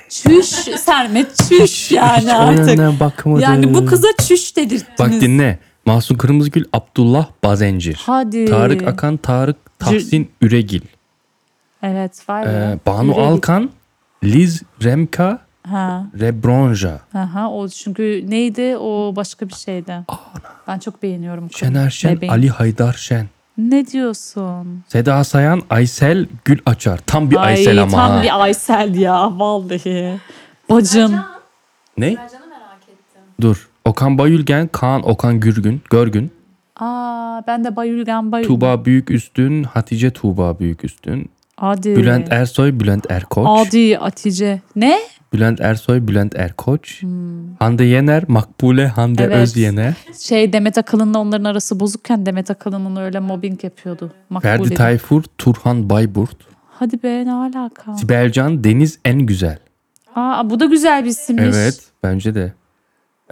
[SPEAKER 1] Çüş Sermet çüş yani artık.
[SPEAKER 3] Önüne bakmadı.
[SPEAKER 1] Yani bu kıza çüş dedirttiniz.
[SPEAKER 3] Bak dinle. Mahsun Kırmızıgül, Abdullah Bazencir.
[SPEAKER 1] Hadi.
[SPEAKER 3] Tarık Akan, Tarık Tahsin Üregil.
[SPEAKER 1] Evet vay be.
[SPEAKER 3] Ee, Banu
[SPEAKER 1] Yürü git.
[SPEAKER 3] Alkan, Liz Remka,
[SPEAKER 1] Ha,
[SPEAKER 3] Rebronja.
[SPEAKER 1] aha, o çünkü neydi o başka bir şeydi. Ben çok beğeniyorum. kızı.
[SPEAKER 3] Şener Şen,
[SPEAKER 1] Bebeğim.
[SPEAKER 3] Ali Haydar Şen.
[SPEAKER 1] Ne diyorsun?
[SPEAKER 3] Seda Sayan, Aysel Gül Açar. Tam bir
[SPEAKER 1] Ay,
[SPEAKER 3] Aysel ama.
[SPEAKER 1] Tam
[SPEAKER 3] ha.
[SPEAKER 1] bir Aysel ya vallahi. Bacım.
[SPEAKER 4] Sercan.
[SPEAKER 3] Ne?
[SPEAKER 4] Sercan'ı merak ettim.
[SPEAKER 3] Dur. Okan Bayülgen, Kaan Okan Gürgün, Görgün.
[SPEAKER 1] Aa, ben de Bayülgen Bayülgen.
[SPEAKER 3] Tuğba Büyüküstün, Hatice Tuğba Büyüküstün.
[SPEAKER 1] Hadi.
[SPEAKER 3] Bülent Ersoy, Bülent Erkoç.
[SPEAKER 1] Ee. Adi Atice. Ne?
[SPEAKER 3] Bülent Ersoy, Bülent Erkoç. Hande Yener, Makbule Hande
[SPEAKER 1] Hmm. Evet.
[SPEAKER 3] Özyener.
[SPEAKER 1] Şey Demet Akalın'la onların arası bozukken Demet Akalın'ın öyle mobbing yapıyordu. Makbul
[SPEAKER 3] Ferdi
[SPEAKER 1] dedi.
[SPEAKER 3] Tayfur, Turhan Bayburt.
[SPEAKER 1] Hadi be ne alaka.
[SPEAKER 3] Sibelcan, Deniz En Güzel.
[SPEAKER 1] Aa, bu da güzel bir isimmiş.
[SPEAKER 3] Evet, bence de.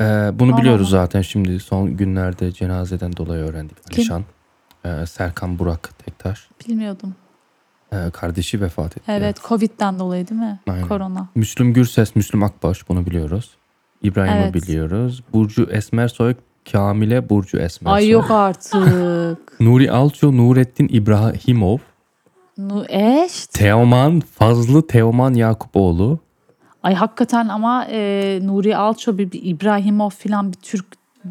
[SPEAKER 3] Ee, bunu
[SPEAKER 1] Aman
[SPEAKER 3] biliyoruz zaten şimdi son günlerde cenazeden dolayı öğrendik.
[SPEAKER 1] Kim?
[SPEAKER 3] Alişan, e, Serkan Burak Tektaş.
[SPEAKER 1] Bilmiyordum.
[SPEAKER 3] e, kardeşi vefat etti.
[SPEAKER 1] Evet, Covid'den dolayı değil mi?
[SPEAKER 3] Aynen.
[SPEAKER 1] Korona.
[SPEAKER 3] Müslüm Gürses, Müslüm Akbaş bunu biliyoruz. İbrahim'i
[SPEAKER 1] Evet.
[SPEAKER 3] biliyoruz. Burcu Esmersoy, Kamile Burcu Esmersoy.
[SPEAKER 1] Ay yok artık. <laughs>
[SPEAKER 3] Nuri Alço, Nurettin İbrahimov,
[SPEAKER 1] nu eşt.
[SPEAKER 3] Teoman Fazlı, Teoman Yakupoğlu.
[SPEAKER 1] Ay hakikaten ama e, Nuri Alço bir, bir İbrahimov filan bir Türk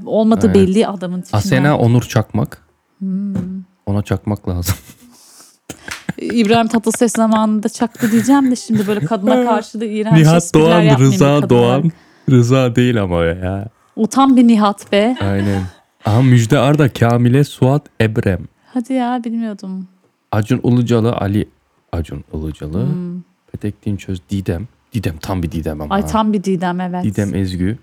[SPEAKER 1] olmadı belli adamın tipinden.
[SPEAKER 3] Asena Onur Çakmak.
[SPEAKER 1] Hmm.
[SPEAKER 3] Ona çakmak lazım.
[SPEAKER 1] İbrahim Tatlıses zamanında çaktı diyeceğim de şimdi
[SPEAKER 3] <laughs>
[SPEAKER 1] böyle kadına karşı da iğrenç
[SPEAKER 3] Nihat
[SPEAKER 1] espriler
[SPEAKER 3] Doğan,
[SPEAKER 1] şey yapmayayım bir
[SPEAKER 3] Rıza
[SPEAKER 1] kadın
[SPEAKER 3] Doğan.
[SPEAKER 1] olarak.
[SPEAKER 3] Rıza değil ama ya.
[SPEAKER 1] Utan bir Nihat be.
[SPEAKER 3] Aynen. Aha Müjde Arda, Kamile, Suat Ebrem.
[SPEAKER 1] Hadi ya bilmiyordum.
[SPEAKER 3] Acun Ilıcalı, Ali Acun Ilıcalı. Petek Dinçöz, Didem. Didem tam bir Didem ama.
[SPEAKER 1] Hmm. Ay
[SPEAKER 3] ha.
[SPEAKER 1] tam bir Didem evet.
[SPEAKER 3] Didem Ezgü.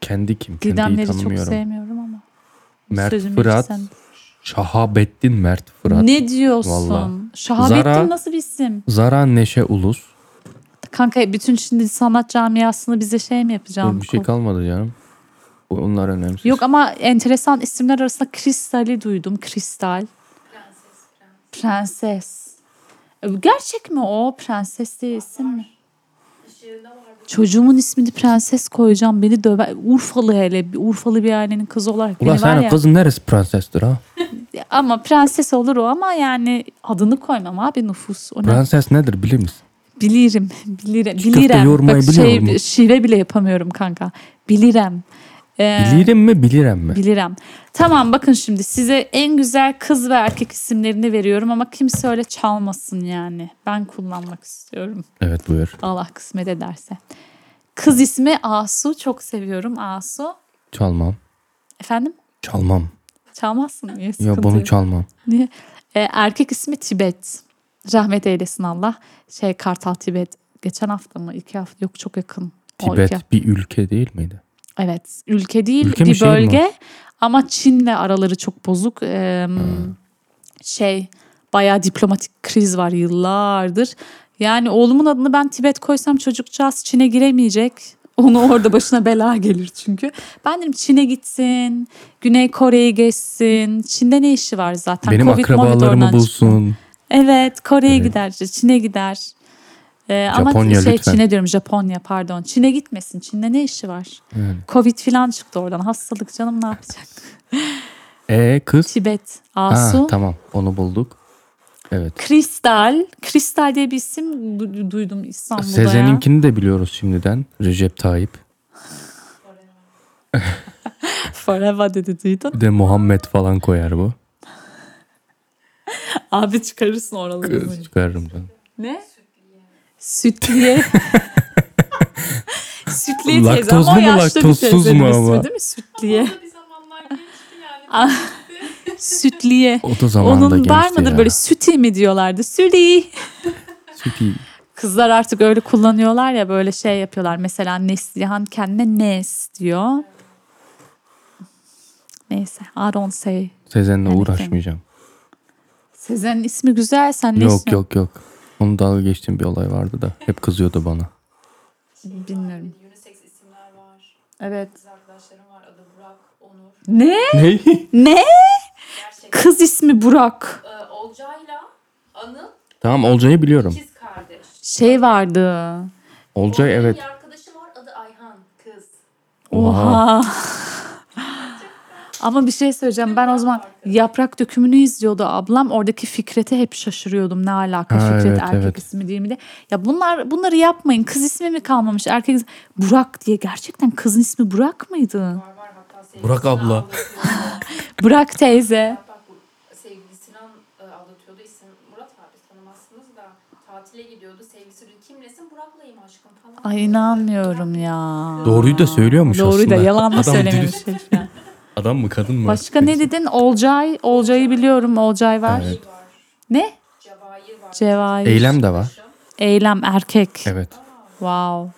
[SPEAKER 3] Kendi kim? Kendiyi
[SPEAKER 1] Didemleri çok
[SPEAKER 3] tanımıyorum.
[SPEAKER 1] sevmiyorum ama.
[SPEAKER 3] Mert
[SPEAKER 1] Sözümü
[SPEAKER 3] Fırat.
[SPEAKER 1] sen-
[SPEAKER 3] Şahabettin Mert Fırat.
[SPEAKER 1] Ne diyorsun?
[SPEAKER 3] Vallahi.
[SPEAKER 1] Şahabettin
[SPEAKER 3] Zara-
[SPEAKER 1] nasıl bir isim?
[SPEAKER 3] Zara Neşe Ulus.
[SPEAKER 1] Kanka bütün şimdi sanat camiasını bize şey mi
[SPEAKER 3] Dur,
[SPEAKER 1] yapacağım?
[SPEAKER 3] bir şey kalmadı şey canım. Onlar önemsiz.
[SPEAKER 1] Yok ama enteresan isimler arasında Kristal'i duydum. Kristal.
[SPEAKER 4] Prenses, prens.
[SPEAKER 1] Prenses. E, Gerçek mi o? Prenses diye isim mi?
[SPEAKER 4] Şiirde var bu.
[SPEAKER 1] Çocuğumun ismini prenses koyacağım. Beni döver. Urfalı hele. bir- Urfalı bir ailenin kızı olarak.
[SPEAKER 3] Ulan
[SPEAKER 1] beni e, var
[SPEAKER 3] senin
[SPEAKER 1] ya-
[SPEAKER 3] kızın neresi prensestir ha?
[SPEAKER 1] Ama prenses olur o ama yani adını koymam abi nüfus. O ne?
[SPEAKER 3] Prenses nedir bilir misin?
[SPEAKER 1] Bilirim. Bilirim.
[SPEAKER 3] Çiğ köfte
[SPEAKER 1] Bilirim.
[SPEAKER 3] yoğurmayı
[SPEAKER 1] Bak
[SPEAKER 3] biliyor
[SPEAKER 1] şey,
[SPEAKER 3] musun?
[SPEAKER 1] şive bile yapamıyorum kanka. Bilirim. Ee,
[SPEAKER 3] Bilirim mi bilirem mi?
[SPEAKER 1] Bilirim. Tamam bakın şimdi size en güzel kız ve erkek isimlerini veriyorum ama kimse öyle çalmasın yani. Ben kullanmak istiyorum.
[SPEAKER 3] Evet buyur.
[SPEAKER 1] Allah kısmet ederse. Kız ismi Asu. Çok seviyorum Asu.
[SPEAKER 3] Çalmam.
[SPEAKER 1] Efendim?
[SPEAKER 3] Çalmam.
[SPEAKER 1] Çalmazsın niye
[SPEAKER 3] Ya
[SPEAKER 1] sıkıntı
[SPEAKER 3] bunu
[SPEAKER 1] yok.
[SPEAKER 3] çalmam.
[SPEAKER 1] Niye? Ee, erkek ismi Tibet. Rahmet eylesin Allah. Şey Kartal Tibet. Geçen hafta mı? İki hafta. Yok çok yakın. O iki hafta.
[SPEAKER 3] Tibet bir ülke değil miydi?
[SPEAKER 1] Evet. Ülke değil
[SPEAKER 3] Ülke mi,
[SPEAKER 1] bir
[SPEAKER 3] şehir mi?
[SPEAKER 1] bölge. Ama Çin'le araları çok bozuk. Ee, Şey bayağı diplomatik kriz var yıllardır. Yani oğlumun adını ben Tibet koysam çocukcağız Çin'e giremeyecek. <laughs> Onu orada başına bela gelir çünkü. Ben dedim Çin'e gitsin, Güney Kore'yi geçsin. Çin'de ne işi var zaten?
[SPEAKER 3] Benim
[SPEAKER 1] Covid, Movid oradan
[SPEAKER 3] akrabalarımı
[SPEAKER 1] çıktı.
[SPEAKER 3] bulsun.
[SPEAKER 1] Evet Kore'ye
[SPEAKER 3] Evet.
[SPEAKER 1] gider, Çin'e gider. Ee, ama
[SPEAKER 3] Japonya
[SPEAKER 1] şey
[SPEAKER 3] lütfen.
[SPEAKER 1] Çin'e diyorum Japonya pardon. Çin'e gitmesin. Çin'de ne işi var?
[SPEAKER 3] Yani.
[SPEAKER 1] Covid filan çıktı oradan. Hastalık canım
[SPEAKER 3] <laughs>
[SPEAKER 1] ne yapacak?
[SPEAKER 3] E kız.
[SPEAKER 1] Tibet,
[SPEAKER 3] Ha,
[SPEAKER 1] Asu.
[SPEAKER 3] tamam onu bulduk. Evet.
[SPEAKER 1] Kristal. Kristal diye bir isim du- duydum İstanbul'da ya.
[SPEAKER 3] Sezen'inkini de biliyoruz şimdiden. Recep Tayyip.
[SPEAKER 1] <laughs> Forever dedi duydun.
[SPEAKER 3] <laughs> Bir de Muhammed falan koyar bu.
[SPEAKER 1] Abi çıkarırsın oraları.
[SPEAKER 3] Kız çıkarırım canım.
[SPEAKER 1] Ne?
[SPEAKER 3] <laughs>
[SPEAKER 1] Sütliye. Sütliye teyze
[SPEAKER 3] Laktozlu
[SPEAKER 1] ama
[SPEAKER 3] mu,
[SPEAKER 1] yaşlı bir
[SPEAKER 3] laktozsuz mu
[SPEAKER 1] teyzenin
[SPEAKER 3] ama?
[SPEAKER 1] ismi değil mi? Sütliye.
[SPEAKER 4] Orada bir zamanlar geçti yani.
[SPEAKER 1] Sütliye.
[SPEAKER 3] O da zamanında
[SPEAKER 1] Onun var
[SPEAKER 3] gençti
[SPEAKER 1] mıdır
[SPEAKER 3] ya.
[SPEAKER 1] böyle süti mi diyorlardı?
[SPEAKER 3] <laughs>
[SPEAKER 1] Süli.
[SPEAKER 3] Süpi.
[SPEAKER 1] Kızlar artık öyle kullanıyorlar ya böyle şey yapıyorlar. Mesela Neslihan kendine Nes diyor. Neyse I don't say.
[SPEAKER 3] Sezen'le
[SPEAKER 1] Anything.
[SPEAKER 3] uğraşmayacağım.
[SPEAKER 1] Sezen'in ismi güzel sen
[SPEAKER 3] Yok
[SPEAKER 1] Neslihan-
[SPEAKER 3] yok yok. Onu dalga geçtiğim bir olay vardı da. Hep kızıyordu bana.
[SPEAKER 4] şey
[SPEAKER 1] Bilmiyorum.
[SPEAKER 4] Unisex isimler var.
[SPEAKER 1] Evet.
[SPEAKER 4] Kız arkadaşlarım var. Adı Burak, Onur.
[SPEAKER 1] Ne?
[SPEAKER 3] Ne?
[SPEAKER 1] Ne?
[SPEAKER 4] Gerçekten.
[SPEAKER 1] Kız ismi Burak.
[SPEAKER 4] Ee, Olcay'la Anıl
[SPEAKER 3] Tamam Olcay'ı biliyorum.
[SPEAKER 4] ikiz kardeş.
[SPEAKER 1] Şey vardı.
[SPEAKER 3] Olcay
[SPEAKER 4] Onların
[SPEAKER 3] evet.
[SPEAKER 4] Bir arkadaşı var. Adı Ayhan. Kız.
[SPEAKER 1] Oha. <laughs> Ama bir şey söyleyeceğim. Ben o zaman yaprak dökümünü izliyordu ablam. Oradaki Fikret'e hep şaşırıyordum. Ne alaka
[SPEAKER 3] Ha,
[SPEAKER 1] Fikret
[SPEAKER 3] evet,
[SPEAKER 1] erkek
[SPEAKER 3] evet.
[SPEAKER 1] ismi değil mi de. Ya bunlar bunları yapmayın. Kız ismi mi kalmamış? Erkek ismi. Burak diye gerçekten kızın ismi Burak mıydı?
[SPEAKER 4] Var var hatta sevgilisini
[SPEAKER 7] Burak abla.
[SPEAKER 4] aldatıyordu.
[SPEAKER 1] Burak teyze.
[SPEAKER 4] Bak bu sevgilisini an- e, aldatıyordu. İsim Murat abi tanımazsınız da tatile gidiyordu. Sevgilisi diyor, kimlesin? Burak'layım aşkım falan.
[SPEAKER 1] Ay inanmıyorum ya.
[SPEAKER 3] Doğruyu da söylüyormuş
[SPEAKER 1] Doğruyu
[SPEAKER 3] aslında.
[SPEAKER 1] da yalan mı
[SPEAKER 3] Adam
[SPEAKER 1] söylememiş
[SPEAKER 3] dürüst.
[SPEAKER 1] herif ya.
[SPEAKER 3] Adam mı kadın mı?
[SPEAKER 1] Başka ne dedin? Olcay. Olcay'ı biliyorum. Olcay var.
[SPEAKER 3] Evet.
[SPEAKER 4] Var.
[SPEAKER 1] Ne?
[SPEAKER 4] Cevahir var.
[SPEAKER 1] Cevahir.
[SPEAKER 3] Eylem de var.
[SPEAKER 1] Eylem erkek.
[SPEAKER 3] Evet.
[SPEAKER 1] Wow.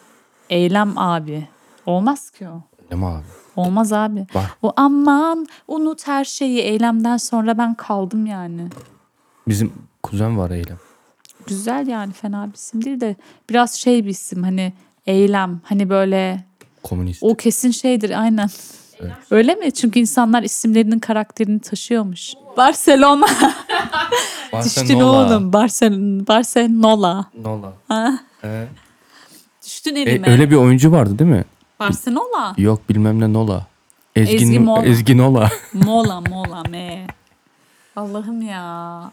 [SPEAKER 1] Eylem abi. Olmaz ki o.
[SPEAKER 3] Eylem abi.
[SPEAKER 1] Olmaz abi.
[SPEAKER 3] Var.
[SPEAKER 1] O aman unut her şeyi. Eylemden sonra ben kaldım yani.
[SPEAKER 3] Bizim kuzen var Eylem.
[SPEAKER 1] Güzel yani fena bir isim değil de biraz şey bir isim hani eylem hani böyle
[SPEAKER 3] Komünist.
[SPEAKER 1] o kesin şeydir aynen. Öyle mi? Çünkü insanlar isimlerinin karakterini taşıyormuş. Barcelona düştün oğlum. Barcelona. Barcelona.
[SPEAKER 7] Nola. Ee,
[SPEAKER 1] Düştün
[SPEAKER 3] E,
[SPEAKER 1] elime.
[SPEAKER 3] öyle bir oyuncu vardı değil mi?
[SPEAKER 1] Barcelona.
[SPEAKER 3] Yok bilmem ne Nola. Ezgin,
[SPEAKER 1] Ezgi Mola.
[SPEAKER 3] Ezgi Nola. <laughs>
[SPEAKER 1] Mola mola me. Allah'ım ya.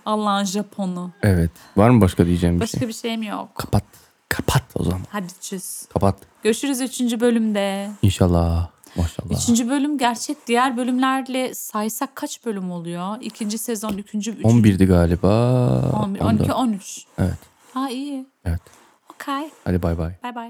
[SPEAKER 1] Allah'ın Japonu.
[SPEAKER 3] evet. Var mı başka diyeceğim bir şey?
[SPEAKER 1] Başka bir şeyim yok.
[SPEAKER 3] Kapat. Kapat o zaman.
[SPEAKER 1] Hadi çüz.
[SPEAKER 3] Kapat.
[SPEAKER 1] Görüşürüz 3. bölümde.
[SPEAKER 3] Ah. İnşallah. Maşallah.
[SPEAKER 1] 3. bölüm gerçek diğer bölümlerle saysak kaç bölüm oluyor? 2. sezon 3. 3.
[SPEAKER 3] 11'di galiba.
[SPEAKER 1] 11,
[SPEAKER 3] 14.
[SPEAKER 1] 12, 13.
[SPEAKER 3] Evet.
[SPEAKER 1] Ha iyi.
[SPEAKER 3] Evet.
[SPEAKER 1] Okay.
[SPEAKER 3] Hadi bay bay.
[SPEAKER 1] Bye bye.